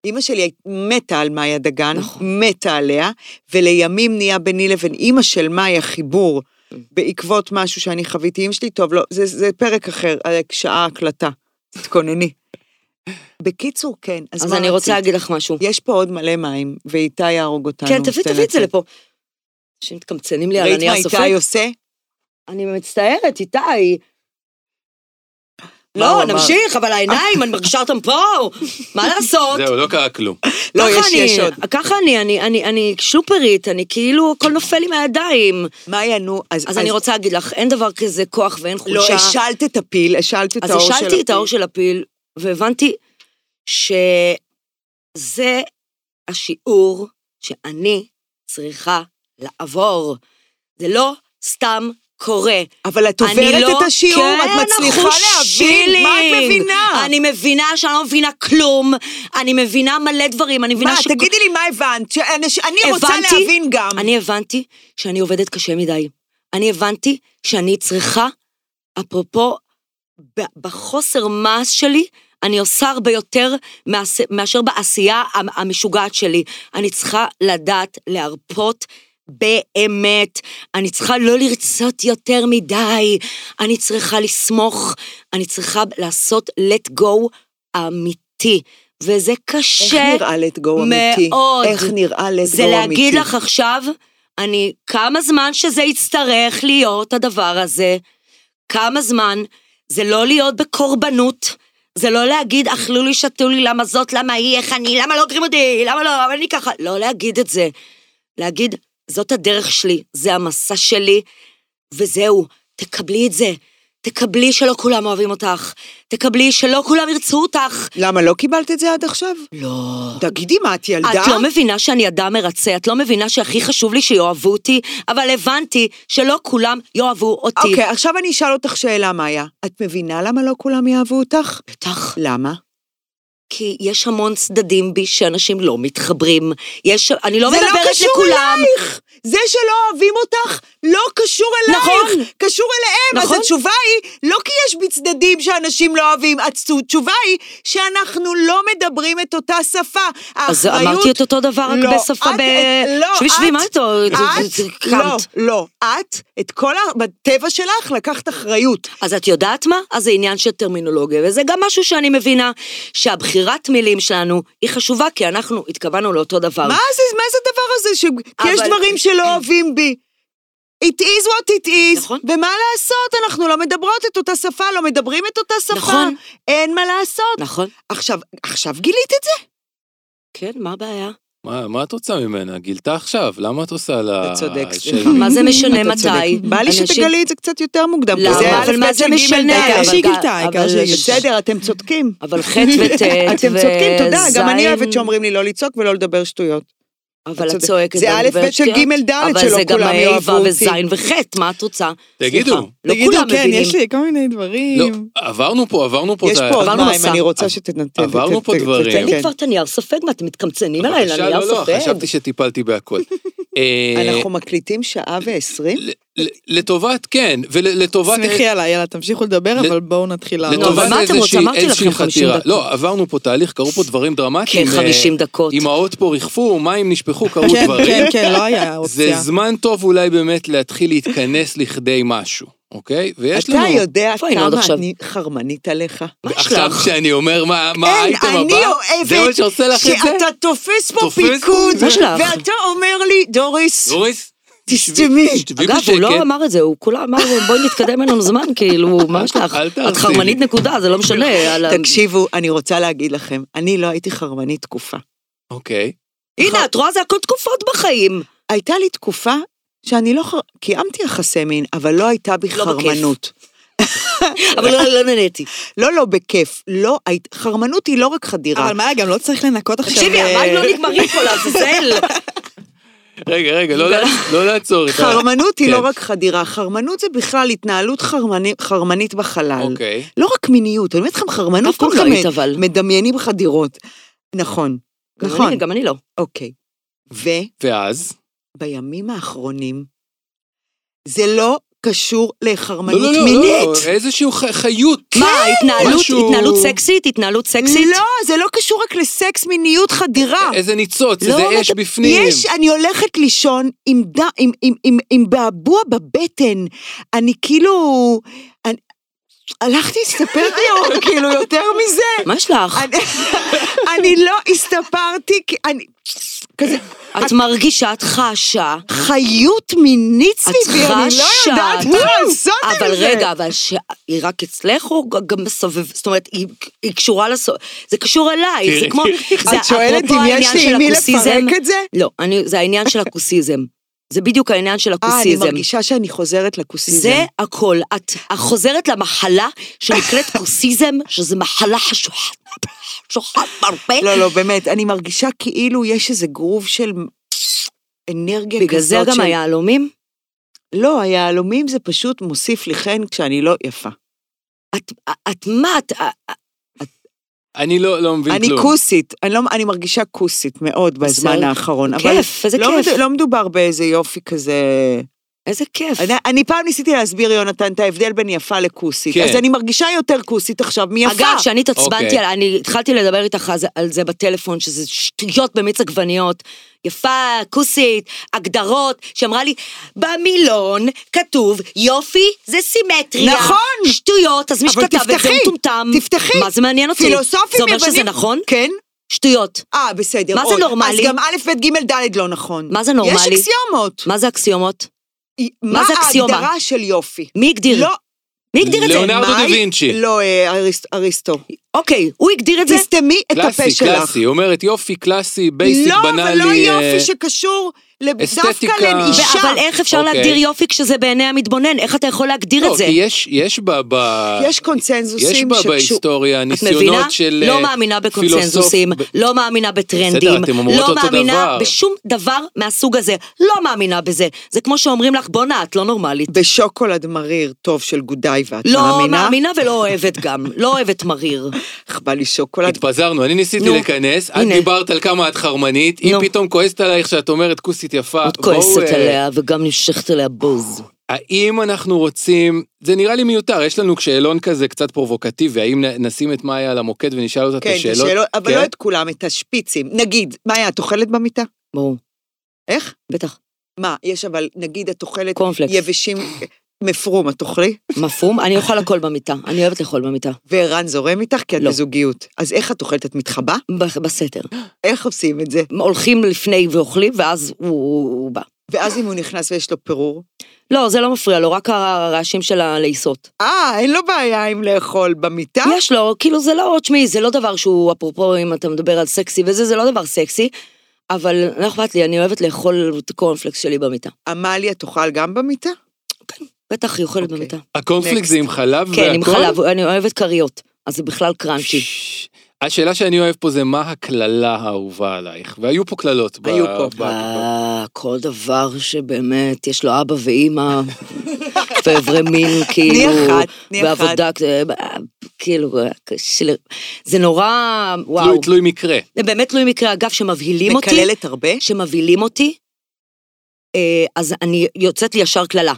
Speaker 1: אימא שלי היית- מתה על מאיה דגן,
Speaker 2: נכון.
Speaker 1: מתה עליה, ולימים נהיה ביני לבין אימא של מאיה חיבור בעקבות משהו שאני חוויתי. אימא שלי, טוב, לא, זה, זה פרק אחר, אה, שעה הקלטה, תתכונני. בקיצור, כן, אז,
Speaker 2: אז
Speaker 1: מה
Speaker 2: אני רוצה
Speaker 1: רצית?
Speaker 2: להגיד לך משהו.
Speaker 1: יש פה עוד מלא מים, ואיתי יהרוג אותנו.
Speaker 2: כן, תביא
Speaker 1: שתי
Speaker 2: תביא את זה
Speaker 1: לצאת.
Speaker 2: לפה. אנשים מתקמצנים לי על
Speaker 1: ראית
Speaker 2: הנייר
Speaker 1: מה איתי
Speaker 2: סופג.
Speaker 1: עושה?
Speaker 2: אני מצטערת, איתי.
Speaker 1: מה הוא
Speaker 2: לא,
Speaker 1: אמר?
Speaker 2: נמשיך, אבל העיניים, אני מרגישה אותם פה. מה לעשות?
Speaker 5: זהו, לא קרה כלום.
Speaker 1: לא,
Speaker 2: ככה
Speaker 1: יש,
Speaker 2: אני-
Speaker 1: יש עוד.
Speaker 2: ככה אני, אני, אני, אני שלופרית, אני כאילו, הכל נופל לי מהידיים.
Speaker 1: מאיה, נו, אז...
Speaker 2: אז אני רוצה להגיד לך, אין דבר כזה כוח ואין
Speaker 1: לא,
Speaker 2: חולשה.
Speaker 1: השלת את הפיל, השלת את
Speaker 2: אז
Speaker 1: האור של
Speaker 2: השלתי את האור
Speaker 1: הפיל.
Speaker 2: של הפיל, והבנתי שזה השיעור שאני צריכה לעבור. זה לא סתם קורה.
Speaker 1: אבל את עוברת
Speaker 2: אני לא-
Speaker 1: את השיעור,
Speaker 2: כן,
Speaker 1: את מצליחה
Speaker 2: החוש
Speaker 1: להבין, מה את
Speaker 2: שלי.
Speaker 1: מבינה?
Speaker 2: אני מבינה שאני לא מבינה כלום, אני מבינה מלא דברים, אני מבינה
Speaker 1: מה, אה, תגידי לי מה הבנת, שאנש- אני רוצה
Speaker 2: הבנתי-
Speaker 1: להבין גם.
Speaker 2: אני הבנתי שאני עובדת קשה מדי. אני הבנתי שאני צריכה, אפרופו, ב- בחוסר מעש שלי, אני עושה הרבה יותר מעש- מאשר בעשייה המ- המשוגעת שלי. אני צריכה לדעת להרפות באמת. אני צריכה לא לרצות יותר מדי. אני צריכה לסמוך. אני צריכה לעשות let go אמיתי. וזה
Speaker 1: איך
Speaker 2: קשה
Speaker 1: נראה let go אמיתי?
Speaker 2: מאוד.
Speaker 1: איך נראה let go אמיתי?
Speaker 2: זה להגיד לך עכשיו, אני, כמה זמן שזה יצטרך להיות הדבר הזה, כמה זמן, זה לא להיות בקורבנות, זה לא להגיד אכלו לי, שתו לי, למה זאת, למה היא, איך אני, למה לא עוקרים אותי, למה לא, אבל אני ככה, לא להגיד את זה. להגיד, זאת הדרך שלי, זה המסע שלי, וזהו, תקבלי את זה. תקבלי שלא כולם אוהבים אותך, תקבלי שלא כולם ירצו אותך.
Speaker 1: למה לא קיבלת את זה עד עכשיו?
Speaker 2: לא.
Speaker 1: תגידי מה, את ילדה?
Speaker 2: את לא מבינה שאני אדם מרצה, את לא מבינה שהכי חשוב לי שיאהבו אותי, אבל הבנתי שלא כולם יאהבו אותי.
Speaker 1: אוקיי, עכשיו אני אשאל אותך שאלה, מאיה. את מבינה למה לא כולם יאהבו אותך?
Speaker 2: בטח,
Speaker 1: למה?
Speaker 2: כי יש המון צדדים בי שאנשים לא מתחברים. יש, אני לא
Speaker 1: זה
Speaker 2: מדברת
Speaker 1: לא קשור
Speaker 2: לכולם.
Speaker 1: אלייך! זה שלא אוהבים אותך לא קשור אלייך,
Speaker 2: נכון.
Speaker 1: קשור אליהם.
Speaker 2: נכון.
Speaker 1: אז התשובה היא, לא כי יש בי צדדים שאנשים לא אוהבים, הצ- התשובה היא שאנחנו לא מדברים את אותה שפה.
Speaker 2: אז
Speaker 1: האחריות-
Speaker 2: אמרתי את אותו דבר, רק
Speaker 1: לא,
Speaker 2: בשפה
Speaker 1: את-
Speaker 2: ב-
Speaker 1: את- לא,
Speaker 2: שבי, שבי,
Speaker 1: את-
Speaker 2: מה אתה-
Speaker 1: את- לא,
Speaker 2: קמת.
Speaker 1: לא, את, את כל ה... בטבע שלך לקחת אחריות.
Speaker 2: אז את יודעת מה? אז זה עניין של טרמינולוגיה, וזה גם משהו שאני מבינה, שהבחירת מילים שלנו היא חשובה, כי אנחנו התכוונו לאותו דבר.
Speaker 1: מה זה, מה זה הדבר הזה? ש... כי יש
Speaker 2: אבל-
Speaker 1: דברים שלא אוהבים בי. It is what it is,
Speaker 2: נכון.
Speaker 1: ומה לעשות, אנחנו לא מדברות את אותה שפה, לא מדברים את אותה שפה,
Speaker 2: נכון.
Speaker 1: אין מה לעשות.
Speaker 2: נכון?
Speaker 1: עכשיו, עכשיו גילית את זה?
Speaker 2: כן, מה הבעיה?
Speaker 5: מה, מה את רוצה ממנה? גילתה עכשיו, למה את עושה לה...
Speaker 1: אתה צודק, סליחה.
Speaker 5: שיימינג?
Speaker 2: מה זה משנה
Speaker 1: אתה
Speaker 2: מתי?
Speaker 1: צודק. בא לי
Speaker 2: אנשים-
Speaker 1: שתגלי את זה קצת יותר מוקדם, כי
Speaker 2: למה?
Speaker 1: זה
Speaker 2: אבל
Speaker 1: א',
Speaker 2: מה
Speaker 1: ב',
Speaker 2: זה
Speaker 1: של ג',
Speaker 2: משנה?
Speaker 1: ד'.
Speaker 3: העיקר
Speaker 2: אבל
Speaker 3: שהיא
Speaker 2: גם-
Speaker 3: גילתה, העיקר
Speaker 2: אבל-
Speaker 3: שהיא-
Speaker 1: בסדר, אתם צודקים.
Speaker 2: אבל ח' וט'
Speaker 1: אתם צודקים, תודה, גם אני
Speaker 2: וז',
Speaker 1: אוהבת שאומרים לי לא לצעוק ולא לדבר שטויות.
Speaker 2: אבל את
Speaker 1: צודקת.
Speaker 2: צועקת.
Speaker 1: זה
Speaker 2: גם
Speaker 1: א', ב'
Speaker 2: גברת
Speaker 1: של
Speaker 2: שטויות.
Speaker 1: ג', ד', שלא כולם
Speaker 2: אבל זה
Speaker 1: יאהבו
Speaker 2: גם ה', ו'
Speaker 1: אותי.
Speaker 2: וז' וח', מה את רוצה?
Speaker 5: תגידו.
Speaker 2: סליחה, לא
Speaker 3: תגידו,
Speaker 2: כולם
Speaker 3: כן,
Speaker 2: מבינים.
Speaker 3: יש לי כל מיני
Speaker 5: לא,
Speaker 3: דברים.
Speaker 5: עברנו פה, עברנו פה
Speaker 1: יש
Speaker 5: ה-
Speaker 1: פה עוד
Speaker 2: עברנו
Speaker 1: מים,
Speaker 2: מסע.
Speaker 1: אני רוצה שתנתן.
Speaker 5: עברנו
Speaker 1: ת-
Speaker 5: פה
Speaker 1: ת-
Speaker 5: דברים.
Speaker 2: תן לי
Speaker 1: כן.
Speaker 2: כבר את הנייר ספק, מה אתם מתקמצנים אליי
Speaker 5: בבקשה,
Speaker 2: לנייר
Speaker 5: לא, לא,
Speaker 2: ספק?
Speaker 5: חשבתי שטיפלתי בהכל.
Speaker 2: כן.
Speaker 5: אה,
Speaker 1: אנחנו מקליטים שעה ועשרים?
Speaker 5: ל- לטובת, כן, ולטובת...
Speaker 3: שמחי עליי, יאללה, תמשיכו לדבר,
Speaker 5: ל-
Speaker 3: אבל בואו נתחיל לעבוד.
Speaker 2: אבל
Speaker 5: לטובת
Speaker 1: כן,
Speaker 2: מה אתם רוצים?
Speaker 5: איזושהי
Speaker 2: אמרתי
Speaker 5: איזושהי
Speaker 2: לכם 50
Speaker 5: חתירה.
Speaker 2: דקות.
Speaker 5: לא, עברנו פה תהליך, קרו פה דברים דרמטיים.
Speaker 2: כן,
Speaker 5: אה,
Speaker 2: 50 דקות.
Speaker 5: אמהות פה ריחפו, מים נשפכו, קרו
Speaker 3: כן,
Speaker 5: דברים.
Speaker 3: כן, כן, לא היה
Speaker 5: זה
Speaker 3: אופציה.
Speaker 5: זמן טוב אולי באמת להתחיל להתכנס לכדי משהו, אוקיי? ויש
Speaker 1: אתה
Speaker 5: לנו...
Speaker 1: יודע
Speaker 2: איפה
Speaker 1: כמה
Speaker 2: היינו עד עכשיו?
Speaker 1: אני חרמנית עליך?
Speaker 5: עכשיו
Speaker 2: שלך?
Speaker 5: כשאני אומר מה מה
Speaker 1: אין,
Speaker 5: האייטם הבא,
Speaker 1: אני
Speaker 5: זה מה
Speaker 1: אוהבת
Speaker 5: שעושה לך את זה?
Speaker 1: שאתה תופס פה
Speaker 5: תופס?
Speaker 1: פיקוד,
Speaker 2: מה שלך?
Speaker 1: ואתה אומר לי, דוריס,
Speaker 5: דוריס,
Speaker 1: תסתמי.
Speaker 5: תשבי
Speaker 2: אגב, הוא
Speaker 5: בשקט.
Speaker 2: לא אמר את זה, הוא כולה אמר, בואי נתקדם, אין לנו זמן, כאילו, מה יש לך?
Speaker 5: אל
Speaker 2: את
Speaker 5: תעשי.
Speaker 2: חרמנית נקודה, זה לא משנה. על ה-
Speaker 1: תקשיבו, אני רוצה להגיד לכם, אני לא הייתי חרמנית תקופה.
Speaker 5: אוקיי.
Speaker 2: הנה, את רואה, זה הכל תקופות בחיים.
Speaker 1: הייתה לי תקופה שאני לא חר... קיימתי יחסי מין, אבל לא הייתה בי
Speaker 2: לא בכיף.
Speaker 1: חרמנות.
Speaker 2: אבל לא- לא נהניתי.
Speaker 1: לא, לא בכיף. לא, היית- חרמנות היא לא רק חדירה.
Speaker 3: אבל מה, גם לא צריך לנקות עכשיו...
Speaker 2: תקשיבי,
Speaker 3: אה,
Speaker 2: המים לא נגמרים פה לעזאזל.
Speaker 5: רגע, רגע, לא לעצ- לא לעצור את ה...
Speaker 1: חרמנות היא
Speaker 5: כן.
Speaker 1: לא רק חדירה, חרמנות זה בכלל התנהלות חרמני- חרמנית בחלל.
Speaker 5: אוקיי.
Speaker 1: לא רק מיניות, אני אומרת לכם, חרמנות,
Speaker 2: אף פעם לא
Speaker 1: כולכם
Speaker 2: היית, אבל.
Speaker 1: מדמיינים חדירות. נכון,
Speaker 2: גם אני-
Speaker 1: נכון,
Speaker 2: גם אני לא.
Speaker 1: אוקיי.
Speaker 5: ואז?
Speaker 1: ובימים האחרונים, זה לא קשור
Speaker 5: לא,
Speaker 1: לחרמנות
Speaker 5: לא, לא, לא,
Speaker 1: מינית.
Speaker 5: איזשהו ח- חיות.
Speaker 2: מה,
Speaker 1: כן,
Speaker 2: התנהלות,
Speaker 5: משהו-
Speaker 2: התנהלות סקסית? התנהלות סקסית? אה,
Speaker 1: לא, זה לא קשור רק לסקס, מיניות, חדירה.
Speaker 5: איזה ניצוץ,
Speaker 1: לא,
Speaker 5: איזה
Speaker 1: אבל
Speaker 5: אש בפנים.
Speaker 1: יש, אני הולכת לישון עם, ד... עם, עם, עם, עם בעבוע בבטן. אני כאילו... אני... הלכתי להסתפר היום, כאילו, יותר מזה.
Speaker 2: מה יש לך?
Speaker 1: אני, אני לא הסתפרתי, כי אני... כזה,
Speaker 2: את מרגישה, את חשה,
Speaker 1: חיות מינית סביבי, אני לא
Speaker 2: חשה.
Speaker 1: יודעת מה לעשות עם זה.
Speaker 2: אבל רגע, אבל שהיא רק אצלך או ג- גם בסובב, זאת אומרת, היא- היא קשורה לסובב, זה קשור אליי, זה
Speaker 5: תראי,
Speaker 2: כמו, זה
Speaker 1: את שואלת
Speaker 2: אפרופו
Speaker 1: אם יש
Speaker 2: העניין
Speaker 1: לי
Speaker 2: של
Speaker 1: עם מי
Speaker 2: הכוסיזם.
Speaker 1: לפרק את זה?
Speaker 2: לא, אני- זה העניין של הכוסיזם. זה בדיוק העניין של
Speaker 1: אה, אני
Speaker 2: הכוסיזם.
Speaker 1: מרגישה שאני חוזרת לכוסיזם.
Speaker 2: זה הכל. את את חוזרת למחלה שנקראת כוסיזם, שזה מחלה חשוכת, חשוכת מרפא.
Speaker 1: לא, לא, באמת, אני מרגישה כאילו יש איזה גרוב של אנרגיה כזאת
Speaker 2: בגלל זה גם
Speaker 1: של...
Speaker 2: היהלומים.
Speaker 1: לא, היהלומים זה פשוט מוסיף לי חן כשאני לא יפה.
Speaker 2: את, את מה, את,
Speaker 5: אני לא לא מבין
Speaker 1: אני
Speaker 5: כלום.
Speaker 1: כוסית, אני, לא, אני מרגישה כוסית מאוד בזמן
Speaker 2: בסדר.
Speaker 1: האחרון. אבל
Speaker 2: כיף, איזה
Speaker 1: לא
Speaker 2: כיף.
Speaker 1: מד- לא מדובר באיזה יופי כזה...
Speaker 2: איזה כיף.
Speaker 1: אני, אני פעם ניסיתי להסביר, יונתן, את ההבדל בין יפה לכוסית.
Speaker 5: כן.
Speaker 1: אז אני מרגישה יותר כוסית עכשיו מיפה.
Speaker 2: אגב, כשאני התעצבנתי,
Speaker 5: אוקיי.
Speaker 2: על- אני התחלתי לדבר איתך אז על זה בטלפון, שזה שטויות במיץ עגבניות. יפה, כוסית, הגדרות, שאמרה לי, במילון כתוב, יופי זה סימטריה.
Speaker 1: נכון.
Speaker 2: שטויות, אז מי
Speaker 1: אבל
Speaker 2: שכתב את זה
Speaker 1: תפתחי,
Speaker 2: הוא מטומטם.
Speaker 1: תפתחי.
Speaker 2: מה זה מעניין אותי?
Speaker 1: פילוסופים
Speaker 2: לא זה אומר שזה
Speaker 1: יוונים-
Speaker 2: נכון?
Speaker 1: כן.
Speaker 2: שטויות.
Speaker 1: אה, בסדר.
Speaker 2: מה זה
Speaker 1: עוד.
Speaker 2: נורמלי?
Speaker 1: אז גם א', ב', ג', ד' לא נכון.
Speaker 2: מה זה נורמלי?
Speaker 1: יש אקסיומות.
Speaker 2: מה זה אקסיומות?
Speaker 1: מה
Speaker 2: זה אקסיומה?
Speaker 1: ההגדרה של יופי?
Speaker 2: מי הגדיר?
Speaker 1: לא,
Speaker 2: מי הגדיר את זה?
Speaker 5: ליאונרדו
Speaker 1: מאי?
Speaker 5: דה וינצ'י.
Speaker 1: לא, אה, אריס- אריסטו.
Speaker 2: אוקיי, הוא הגדיר את זה?
Speaker 1: תסתמי את הפה
Speaker 5: קלאסי,
Speaker 1: שלך.
Speaker 5: קלאסי. היא אומרת יופי קלאסי, בייסיק,
Speaker 1: לא,
Speaker 5: בנאלי.
Speaker 1: אבל לא
Speaker 5: אה,
Speaker 1: יופי שקשור לב-
Speaker 5: אסתטיקה.
Speaker 1: דווקא לאישה.
Speaker 2: אבל איך אפשר
Speaker 5: אוקיי.
Speaker 2: להגדיר יופי כשזה בעיני המתבונן? איך אתה יכול להגדיר
Speaker 5: לא,
Speaker 2: את זה?
Speaker 5: כי יש, יש ב... ב...
Speaker 1: יש
Speaker 5: יש
Speaker 1: קונצנזוסים
Speaker 5: בה
Speaker 1: שקשור...
Speaker 5: בהיסטוריה
Speaker 2: את מבינה?
Speaker 5: ניסיונות של...
Speaker 2: לא
Speaker 5: אה,
Speaker 2: מאמינה
Speaker 5: פילוסוף-
Speaker 2: בקונצנזוסים,
Speaker 5: ב-
Speaker 2: לא מאמינה בטרנדים,
Speaker 5: אתן אומרות
Speaker 2: לא
Speaker 5: אותו
Speaker 2: מאמינה
Speaker 5: דבר.
Speaker 2: בשום דבר מהסוג הזה, לא מאמינה בזה. זה כמו שאומרים לך, בואנה, את לא נורמלית.
Speaker 1: בשוקולד מריר טוב של גודאי ואת
Speaker 2: לא
Speaker 1: מאמינה?
Speaker 2: מאמינה ולא אוהבת גם, לא אוהבת מריר.
Speaker 5: אה,
Speaker 1: איך בא לי שוקולד?
Speaker 5: התפזרנו, אני ניסיתי
Speaker 2: נו.
Speaker 5: להיכנס, את
Speaker 2: הנה.
Speaker 5: דיברת על כמה את חרמנית, היא
Speaker 2: נו.
Speaker 5: פתאום כועסת עלייך שאת אומרת כוסית יפה.
Speaker 2: את
Speaker 5: בואו,
Speaker 2: כועסת
Speaker 5: אה,
Speaker 2: עליה וגם נמשכת עליה בוז.
Speaker 5: האם אנחנו רוצים, זה נראה לי מיותר, יש לנו שאלון כזה קצת פרובוקטיבי, האם נ- נשים את מאיה על המוקד ונשאל אותה
Speaker 1: כן,
Speaker 5: את
Speaker 1: את
Speaker 5: השאלות?
Speaker 1: השאלות, אבל
Speaker 5: כן?
Speaker 1: לא את כולם, את השפיצים. נגיד, מאיה, את אוכלת במיטה?
Speaker 2: ברור,
Speaker 1: איך?
Speaker 2: בטח.
Speaker 1: מה, יש אבל, נגיד את אוכלת
Speaker 2: קורנפלקס.
Speaker 1: יבשים, מפרום, את אוכלי?
Speaker 2: מפרום, אני אוכל הכל במיטה, אני אוהבת לאכול במיטה.
Speaker 1: וערן זורם איתך כי את
Speaker 2: לא.
Speaker 1: בזוגיות. אז איך את אוכלת? את מתחבא?
Speaker 2: ב- בסתר.
Speaker 1: איך עושים את זה?
Speaker 2: הולכים לפני ואוכלים, ואז הוא- הוא הוא בא.
Speaker 1: ואז אם הוא נכנס ויש לו פירור?
Speaker 2: לא, זה לא מפריע לו, רק הרעשים של הלעיסות.
Speaker 1: אה, אין לו בעיה עם לאכול במיטה?
Speaker 2: יש לו, כאילו זה לא, תשמעי, זה לא דבר שהוא, אפרופו אם אתה מדבר על סקסי וזה, זה לא דבר סקסי, אבל לא אכפת לי, אני אוהבת לאכול את הקורנפלקס שלי במיטה.
Speaker 1: עמליה תאכל גם במיטה?
Speaker 2: בטח היא אוכלת
Speaker 1: אוקיי.
Speaker 2: במיטה.
Speaker 5: הקונפליקט זה עם חלב והכל?
Speaker 2: כן, עם חלב, אני אוהבת כריות, אז זה בכלל קראנצ'י.
Speaker 5: ש- השאלה שאני אוהב פה זה מה הקללה האהובה עלייך, והיו פה קללות. ב-
Speaker 1: היו פה.
Speaker 5: ב-
Speaker 2: אה, כל דבר שבאמת יש לו אבא ואימא, ואיברי מין, כאילו,
Speaker 1: אחת, תני אחת.
Speaker 2: בעבודה, אה, כאילו, קשה ל- זה נורא, וואו,
Speaker 5: תלוי- תלוי מקרה.
Speaker 2: זה באמת תלוי מקרה, אגב, שמבהילים אותי.
Speaker 1: מקללת הרבה?
Speaker 2: שמבהילים אותי, אה, אז אני יוצאת לי ישר קללה.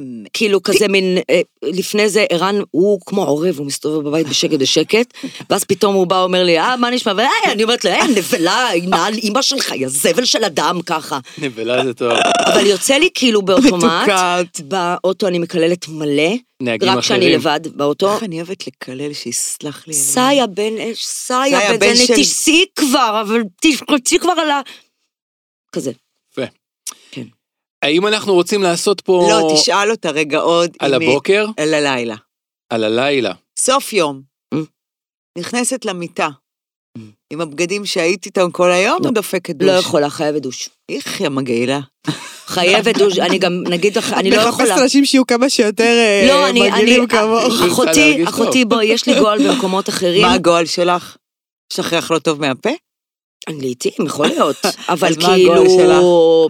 Speaker 1: אה,
Speaker 2: כאילו כזה מין, אה, לפני זה ערן, הוא כמו עורב, הוא מסתובב בבית בשקט בשקט, ואז פתאום הוא בא, אומר לי, אה, מה נשמע? ואני אומרת לו, אה, נבלה, נעל אימא שלך, יא זבל של אדם, ככה.
Speaker 5: נבלה זה טוב.
Speaker 2: אבל יוצא לי כאילו באוטומט,
Speaker 1: מתוקת.
Speaker 2: באוטו אני מקללת מלא,
Speaker 5: נהגים
Speaker 2: רק כשאני
Speaker 5: אחרים.
Speaker 2: לבד באוטו.
Speaker 1: איך אני אוהבת לקלל, שיסלח לי. אלוהים.
Speaker 2: סאיה בן אש, סאיה
Speaker 1: סאיה,
Speaker 2: בן
Speaker 1: בן
Speaker 2: אש,
Speaker 1: של-
Speaker 2: תיסעי כבר, אבל תלחצי כבר על ה... כזה.
Speaker 5: האם אנחנו רוצים לעשות פה...
Speaker 1: לא, תשאל אותה רגע עוד.
Speaker 5: על
Speaker 1: אם היא-
Speaker 5: הבוקר?
Speaker 1: על הלילה.
Speaker 5: על הלילה.
Speaker 1: סוף יום.
Speaker 2: Mm.
Speaker 1: נכנסת למיטה. עם הבגדים שהיית איתם כל היום,
Speaker 2: לא.
Speaker 1: או דופקת דוש?
Speaker 2: לא יכולה, חייבת דוש.
Speaker 1: איך יא מגעילה.
Speaker 2: חייבת דוש, אני גם, נגיד לך, אני לא יכולה.
Speaker 3: מחפשת אנשים שיהיו כמה שיותר אה,
Speaker 2: לא, אני, אני, אה,
Speaker 3: מגעילים כמוך.
Speaker 5: צריכה
Speaker 2: אחותי,
Speaker 5: להרגיש טוב.
Speaker 2: אחותי, בואי, יש לי גועל במקומות אחרים.
Speaker 1: מה הגועל שלך? יש לך ריח לא טוב מהפה?
Speaker 2: לעיתים, יכול להיות. אבל
Speaker 1: אז מה הגועל
Speaker 2: כאילו...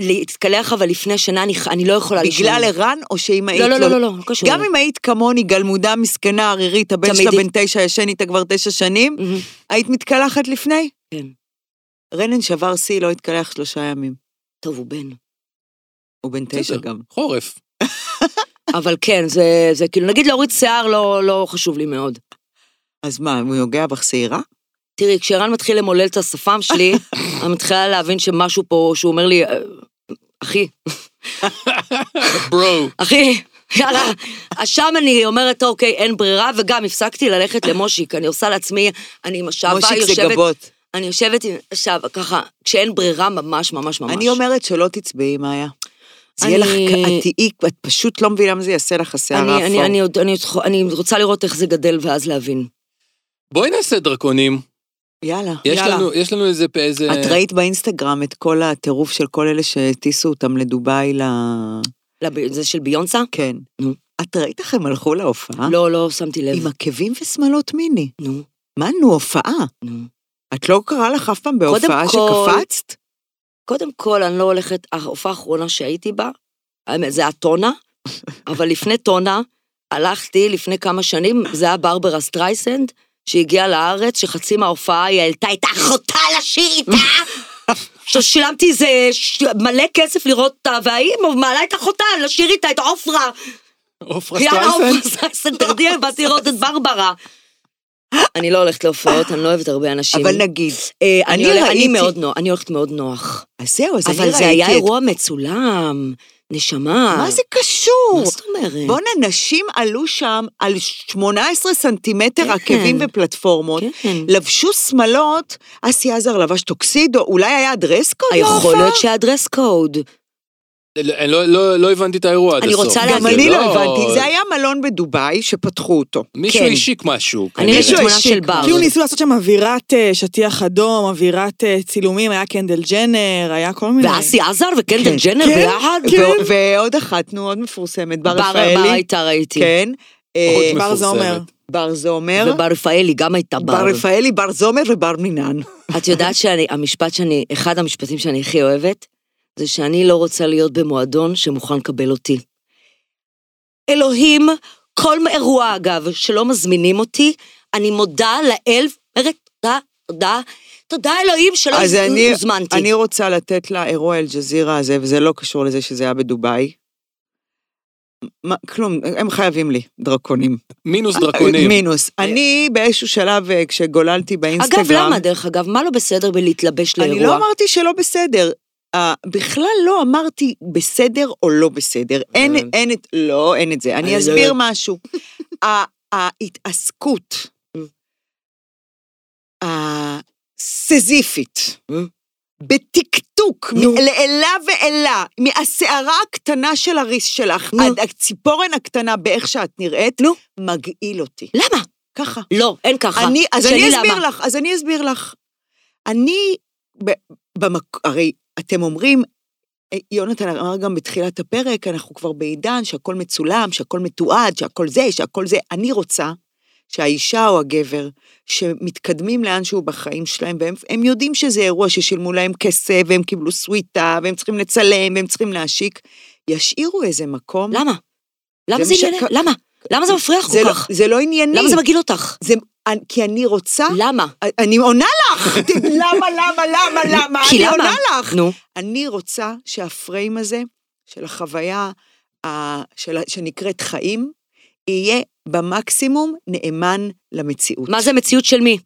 Speaker 2: להתקלח אבל לפני שינה, אני, ח- אני לא יכולה לישון.
Speaker 1: בגלל ערן, או שאם היית...
Speaker 2: לא, לא, לא, לא, לא, לא קשור.
Speaker 1: גם אם היית כמוני, גלמודה, מסכנה, ערירית, הבן
Speaker 2: תמיד
Speaker 1: שלה
Speaker 2: היא-
Speaker 1: בן תשע, ישן איתה כבר תשע שנים,
Speaker 2: מהמם.
Speaker 1: היית מתקלחת לפני?
Speaker 2: כן.
Speaker 1: רנן שבר שיא, לא התקלח שלושה ימים.
Speaker 2: טוב, הוא בן.
Speaker 1: הוא בן תשע
Speaker 5: בסדר,
Speaker 1: גם.
Speaker 5: חורף.
Speaker 2: אבל כן, זה, זה כאילו, נגיד להוריד שיער לא, לא חשוב לי מאוד.
Speaker 1: אז מה, הוא נוגע בך שעירה?
Speaker 2: תראי, כשערן מתחיל למולל את השפם שלי, אני מתחילה להבין שמשהו פה, שהוא אומר לי, "אה, אחי,
Speaker 5: ברו.
Speaker 2: אחי, יאללה. אז שם אני אומרת, אוקיי, אין ברירה, וגם הפסקתי ללכת למושיק, אני עושה לעצמי, אני עם השעווה יושבת...
Speaker 1: מושיק זה גבות.
Speaker 2: אני יושבת עם השעווה, ככה, כשאין ברירה, ממש ממש ממש.
Speaker 1: אני אומרת שלא תצבעי, מאיה. זה יהיה
Speaker 2: אני-
Speaker 1: לך, את תהיי, את פשוט לא מבינה מה זה לא? יעשה לך השיער
Speaker 2: אני, אני, אני,
Speaker 1: האפור.
Speaker 2: עוד- אני, עוד- אני רוצה לראות איך זה גדל ואז להבין.
Speaker 5: בואי נעשה דרקונים.
Speaker 1: יאללה,
Speaker 5: יש
Speaker 1: יאללה.
Speaker 5: לנו- יש לנו איזה... פ- איזה-
Speaker 2: אה,
Speaker 1: את ראית באינסטגרם את כל הטירוף של כל אלה שהטיסו אותם לדובאי ל...
Speaker 2: לב- זה של ביונסה?
Speaker 1: כן.
Speaker 2: נו.
Speaker 1: את ראית איך הם הלכו להופעה?
Speaker 2: לא, לא שמתי לב.
Speaker 1: עם עקבים ושמלות מיני.
Speaker 2: נו,
Speaker 1: מה, נו, הופעה.
Speaker 2: נו.
Speaker 1: את לא קרה לך אף פעם בהופעה
Speaker 2: כל-
Speaker 1: שקפצת?
Speaker 2: קודם כל, אני לא הולכת, ההופעה האחרונה שהייתי בה, האמת, זה היה טונה, אבל לפני טונה, הלכתי לפני כמה שנים, זה היה ברברה סטרייסנד, שהגיעה לארץ, שחצי מההופעה היא העלתה את אחותה לשיטה! עכשיו שילמתי איזה ש... מלא כסף לראות אותה, והאם מעלה את אחותה, לשיר איתה את עופרה.
Speaker 5: עופרה
Speaker 2: יאללה, עופרה
Speaker 5: סטרייסנד?
Speaker 2: סטרייסנד, תרדיע, באתי לראות את ברברה. אני לא הולכת להופעות, אני לא אוהבת הרבה אנשים.
Speaker 1: אבל נגיד,
Speaker 2: אה,
Speaker 1: אני
Speaker 2: אני הולכת- אני
Speaker 1: ראיתי-
Speaker 2: מאוד נוח, אני הולכת מאוד נוח.
Speaker 1: אז זהו, אז אני
Speaker 2: אבל
Speaker 1: ראיתי
Speaker 2: זה היה
Speaker 1: את-
Speaker 2: אירוע מצולם. נשמה.
Speaker 1: מה זה קשור?
Speaker 2: מה זאת אומרת?
Speaker 1: בואנה, נשים עלו שם על 18 סנטימטר
Speaker 2: כן.
Speaker 1: עקבים ופלטפורמות,
Speaker 2: כן.
Speaker 1: לבשו שמלות, אסי עזר לבש טוקסידו, אולי היה דרס קוד
Speaker 2: יכול להיות שהדרס קוד.
Speaker 5: אני לא- לא לא הבנתי את האירוע עד
Speaker 2: אני
Speaker 5: הסוף. כן,
Speaker 2: רוצה
Speaker 5: זה
Speaker 1: גם
Speaker 2: להגיד-
Speaker 1: אני לא הבנתי, זה היה מלון בדובאי שפתחו אותו.
Speaker 5: מישהו
Speaker 2: כן.
Speaker 5: השיק משהו.
Speaker 2: אני
Speaker 5: כנראה.
Speaker 2: ראיתי
Speaker 1: מישהו
Speaker 2: תמונה
Speaker 1: השיק.
Speaker 2: של בר.
Speaker 3: כאילו ניסו לעשות שם אווירת אה, שטיח אדום, אווירת אה, צילומים, היה קנדל ג'נר, היה כל מיני.
Speaker 2: ואסי עזר וקנדל ג'נר
Speaker 1: כן,
Speaker 2: ביחד?
Speaker 1: ו- ועוד אחת, נו, עוד מפורסמת, בר
Speaker 2: בר
Speaker 1: רפאלי.
Speaker 2: בר הייתה ראיתי.
Speaker 1: כן. אה,
Speaker 5: מאוד
Speaker 3: בר זה אומר.
Speaker 5: מפורסמת.
Speaker 1: בר זומר,
Speaker 2: ובר רפאלי גם הייתה
Speaker 1: בר
Speaker 2: בר.
Speaker 1: רפאלי, בר זומר ובר מינן.
Speaker 2: את יודעת שהמשפט שאני, אחד המשפטים שאני הכי אוהבת, זה שאני לא רוצה להיות במועדון שמוכן לקבל אותי. אלוהים, כל אירוע אגב, שלא מזמינים אותי, אני מודה לאל, אומרת, תודה, תודה, תודה אלוהים שלא
Speaker 1: אז
Speaker 2: הז-
Speaker 1: אני-
Speaker 2: הוזמנתי.
Speaker 1: אני רוצה לתת לה אירוע אל-ג'זירה הזה, וזה לא קשור לזה שזה היה בדובאי. מה- כלום, הם חייבים לי, דרקונים.
Speaker 5: מינוס דרקונים.
Speaker 1: מינוס. אני באיזשהו שלב, אה, כשגוללתי באינסטגרם...
Speaker 2: אגב, למה, דרך אגב, מה לא בסדר בלהתלבש לאירוע?
Speaker 1: אני לא אמרתי שלא בסדר. Uh, בכלל לא אמרתי בסדר או לא בסדר. אין,
Speaker 2: כן.
Speaker 1: אין את, לא, אין את זה.
Speaker 2: אני
Speaker 1: אני אסביר
Speaker 2: יודעת.
Speaker 1: משהו. ה- ההתעסקות הסיזיפית,
Speaker 2: Mm.
Speaker 1: בתקתוק,
Speaker 2: נו.
Speaker 1: מ- לעילה ועילה, מהשערה הקטנה של הריס שלך,
Speaker 2: נו.
Speaker 1: עד הציפורן הקטנה באיך שאת נראית,
Speaker 2: נו.
Speaker 1: מגעיל אותי.
Speaker 2: למה?
Speaker 1: ככה.
Speaker 2: לא, אין ככה.
Speaker 1: אני, אז אני
Speaker 2: שלי,
Speaker 1: אסביר
Speaker 2: למה?
Speaker 1: לך, אז אני אסביר לך. אני, ב, במק... הרי אתם אומרים, אה, יונתן אמר גם בתחילת הפרק, אנחנו כבר בעידן שהכל מצולם, שהכל מתועד, שהכל זה, שהכל זה. אני רוצה שהאישה או הגבר שמתקדמים לאנשהו בחיים שלהם, והם הם יודעים שזה אירוע ששילמו להם כסף, והם קיבלו סוויטה, והם צריכים לצלם, והם צריכים להשיק, ישאירו איזה מקום.
Speaker 2: למה? למה
Speaker 1: זה
Speaker 2: זה
Speaker 1: מה
Speaker 2: עניין?
Speaker 1: שק-
Speaker 2: למה? למה זה מפריע לך
Speaker 1: זה
Speaker 2: כל
Speaker 1: לא,
Speaker 2: כך?
Speaker 1: זה לא ענייני.
Speaker 2: למה זה מגעיל אותך?
Speaker 1: זה, כי אני רוצה
Speaker 2: למה?
Speaker 1: אני עונה לך, למה, למה, למה, למה,
Speaker 2: כי
Speaker 1: אני
Speaker 2: למה?
Speaker 1: עונה לך.
Speaker 2: נו.
Speaker 1: אני רוצה שהפריים הזה, של החוויה ה- של ה- שנקראת חיים, יהיה במקסימום נאמן למציאות.
Speaker 2: מה זה מציאות של מי?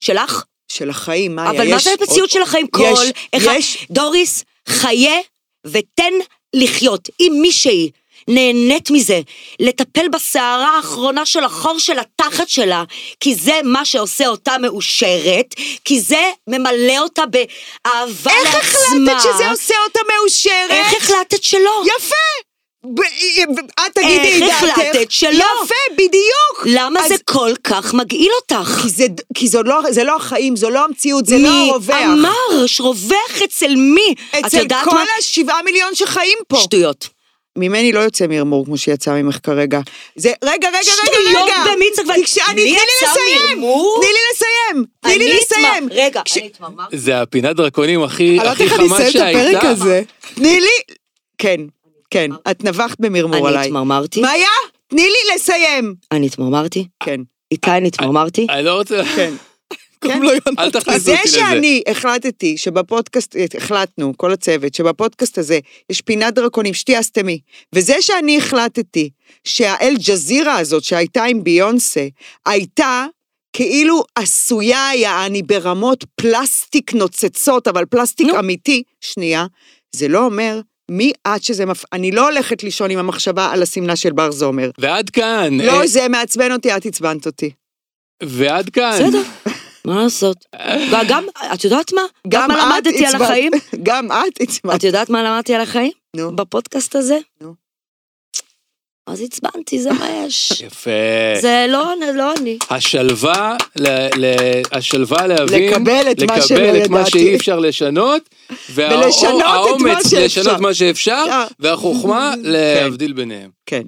Speaker 2: שלך?
Speaker 1: של החיים, מאיה.
Speaker 2: אבל מה
Speaker 1: יש
Speaker 2: זה מציאות
Speaker 1: עוד-
Speaker 2: של החיים?
Speaker 1: יש,
Speaker 2: כל אחד...
Speaker 1: יש,
Speaker 2: דוריס, חיה ותן לחיות. אם מישהי נהנית מזה, לטפל בסערה האחרונה של החור של התחת שלה, כי זה מה שעושה אותה מאושרת, כי זה ממלא אותה באהבה
Speaker 1: איך
Speaker 2: לעצמה.
Speaker 1: החלטת שזה עושה אותה מאושרת?
Speaker 2: איך החלטת שלא?
Speaker 1: יפה. ב- את תגידי את
Speaker 2: איך
Speaker 1: דעתך.
Speaker 2: החלטת שלא?
Speaker 1: יפה, בדיוק.
Speaker 2: למה
Speaker 1: אז-
Speaker 2: זה כל כך מגעיל אותך?
Speaker 1: כי זה- כי זו לא- זה לא החיים, זו לא המציאות, זה לא הרווח.
Speaker 2: מי אמר שרווח אצל מי? את
Speaker 1: אצל
Speaker 2: יודעת
Speaker 1: כל
Speaker 2: מה?
Speaker 1: השבעה מיליון שחיים פה.
Speaker 2: שטויות.
Speaker 1: ממני לא יוצא מרמור כמו שיצא ממך כרגע. זה, רגע, רגע, רגע, רגע.
Speaker 2: שטויות במיץ עגבניות.
Speaker 1: כי כש- אני-
Speaker 2: לי
Speaker 1: תני לי
Speaker 2: יצא
Speaker 1: לסיים.
Speaker 2: מרמור?
Speaker 1: תני לי לסיים. תני
Speaker 2: אני
Speaker 1: לי
Speaker 2: אתמר-
Speaker 1: לסיים.
Speaker 2: רגע,
Speaker 1: כש-
Speaker 2: אני התמרמרתי.
Speaker 5: זה הפינת דרקונים הכי
Speaker 3: אני לא יודעת
Speaker 5: הכי
Speaker 3: איך
Speaker 5: חמה
Speaker 3: אני
Speaker 5: שהייתה.
Speaker 3: אסיים את הפרק הזה.
Speaker 1: תני לי... כן, כן, את נבחת במרמור
Speaker 2: אני
Speaker 1: עליי.
Speaker 2: התמרמרתי.
Speaker 1: מאיה, תני לי לסיים.
Speaker 2: אני התמרמרתי.
Speaker 1: כן,
Speaker 2: איתי אני התמרמרתי.
Speaker 5: אני לא רוצה...
Speaker 1: כן.
Speaker 3: קוראים לו יונתן.
Speaker 5: אל תכניסו
Speaker 1: זה
Speaker 5: אותי לזה.
Speaker 1: שאני החלטתי שבפודקאסט, החלטנו, כל הצוות, שבפודקאסט הזה יש פינת דרקונים, שתייה סתמי. וזה שאני החלטתי שהאל-ג'זירה הזאת שהייתה עם ביונסה, הייתה כאילו עשויה יעני ברמות פלסטיק נוצצות, אבל פלסטיק
Speaker 2: נו.
Speaker 1: אמיתי, שנייה, זה לא אומר מי את שזה מפ... אני לא הולכת לישון עם המחשבה על השמלה של בר זומר.
Speaker 5: ועד כאן. אה,
Speaker 1: לא, זה מעצבן אותי, את עצבנת אותי.
Speaker 5: ועד כאן.
Speaker 2: בסדר. מה לעשות? וגם, את יודעת מה? גם מה
Speaker 1: אה. את
Speaker 2: למדתי על
Speaker 1: עצבנת-
Speaker 2: החיים?
Speaker 1: גם את עצבנת.
Speaker 2: את יודעת מה למדתי על החיים?
Speaker 1: נו.
Speaker 2: בפודקאסט הזה?
Speaker 1: נו.
Speaker 2: אז עצבנתי, זה מה יש.
Speaker 5: יפה.
Speaker 1: אה.
Speaker 2: זה לא לא אני.
Speaker 5: השלווה, ל- ל- השלווה להבין,
Speaker 1: לקבל את מה
Speaker 5: לקבל
Speaker 1: שלא
Speaker 5: את מה
Speaker 1: ידעתי.
Speaker 5: שאי אפשר לשנות,
Speaker 1: ולשנות את מה
Speaker 5: והאומץ
Speaker 1: שאפשר.
Speaker 5: לשנות מה שאפשר,
Speaker 1: אה.
Speaker 5: והחוכמה להבדיל ביניהם.
Speaker 1: כן.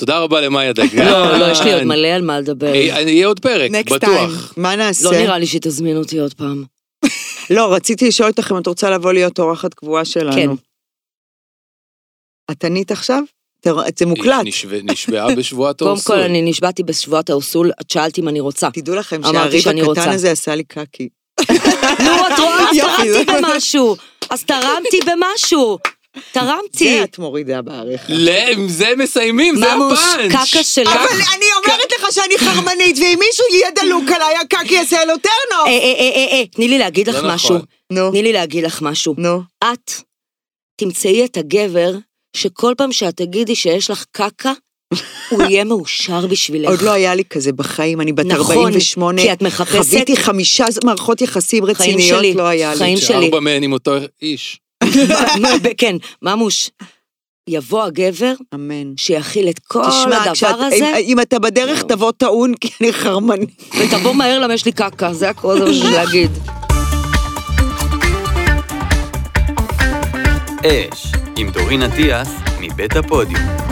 Speaker 5: תודה רבה למאיה דגן.
Speaker 1: אה,
Speaker 2: לא, לא, יש לי עוד מלא על מה לדבר.
Speaker 5: אה, אני- יהיה עוד פרק,
Speaker 3: Next
Speaker 5: בטוח.
Speaker 1: מה נעשה?
Speaker 2: לא נראה לי שתזמין אותי עוד פעם.
Speaker 1: לא, רציתי לשאול אותך אם את רוצה לבוא להיות אורחת קבועה שלנו.
Speaker 2: כן.
Speaker 1: את ענית עכשיו? תר- זה מוקלט.
Speaker 5: היא נשבע- נשבעה בשבועת
Speaker 2: קודם
Speaker 5: האורסול.
Speaker 2: כל, אני נשבעתי בשבועת האוסול, את שאלת אם אני רוצה.
Speaker 1: תדעו לכם
Speaker 2: אמרתי
Speaker 1: שהריב
Speaker 2: שאני
Speaker 1: הקטן
Speaker 2: רוצה.
Speaker 1: הזה עשה לי קקי.
Speaker 2: נו, את רואה? אז
Speaker 1: יופי,
Speaker 2: תרמתי
Speaker 1: זה-
Speaker 2: במשהו. אז תרמתי במשהו. תרמתי.
Speaker 1: זה את מורידה בעריכה.
Speaker 5: לא, עם זה מסיימים, זה
Speaker 2: ממוש,
Speaker 5: הפאנץ'.
Speaker 2: קקה שלך.
Speaker 1: אבל אני אומרת לך שאני חרמנית, ואם מישהו יהיה דלוק עליי, הקקי יעשה לו
Speaker 2: אה,
Speaker 1: טרנוף.
Speaker 2: אה, אה, אה, אה, תני לי להגיד לך
Speaker 5: לא נכון.
Speaker 2: משהו.
Speaker 1: נו,
Speaker 2: תני לי להגיד לך משהו.
Speaker 1: נו.
Speaker 2: את תמצאי את הגבר שכל פעם שאת תגידי שיש לך קקה, הוא יהיה מאושר בשבילך.
Speaker 1: עוד לא היה לי כזה בחיים, אני בת
Speaker 2: נכון,
Speaker 1: 48.
Speaker 2: כי את מחפשת-
Speaker 1: חוויתי חמישה מערכות יחסים רציניות,
Speaker 2: שלי,
Speaker 1: לא היה לי.
Speaker 2: חיים שלי.
Speaker 5: שארבע מהן עם אותו איש.
Speaker 2: מה- מה- כן, ממוש. יבוא הגבר
Speaker 1: אמן.
Speaker 2: שיכיל את כל
Speaker 1: תשמע,
Speaker 2: הדבר
Speaker 1: כשאת-
Speaker 2: הזה, לא.
Speaker 1: אם- אם אתה בדרך, תבוא טעון, כי אני חרמנית.
Speaker 2: ותבוא מהר למה יש לי קקה, זה הכל, זה מה שיש לי להגיד.
Speaker 4: אש, עם דורין אטיאס, מבית הפודיום.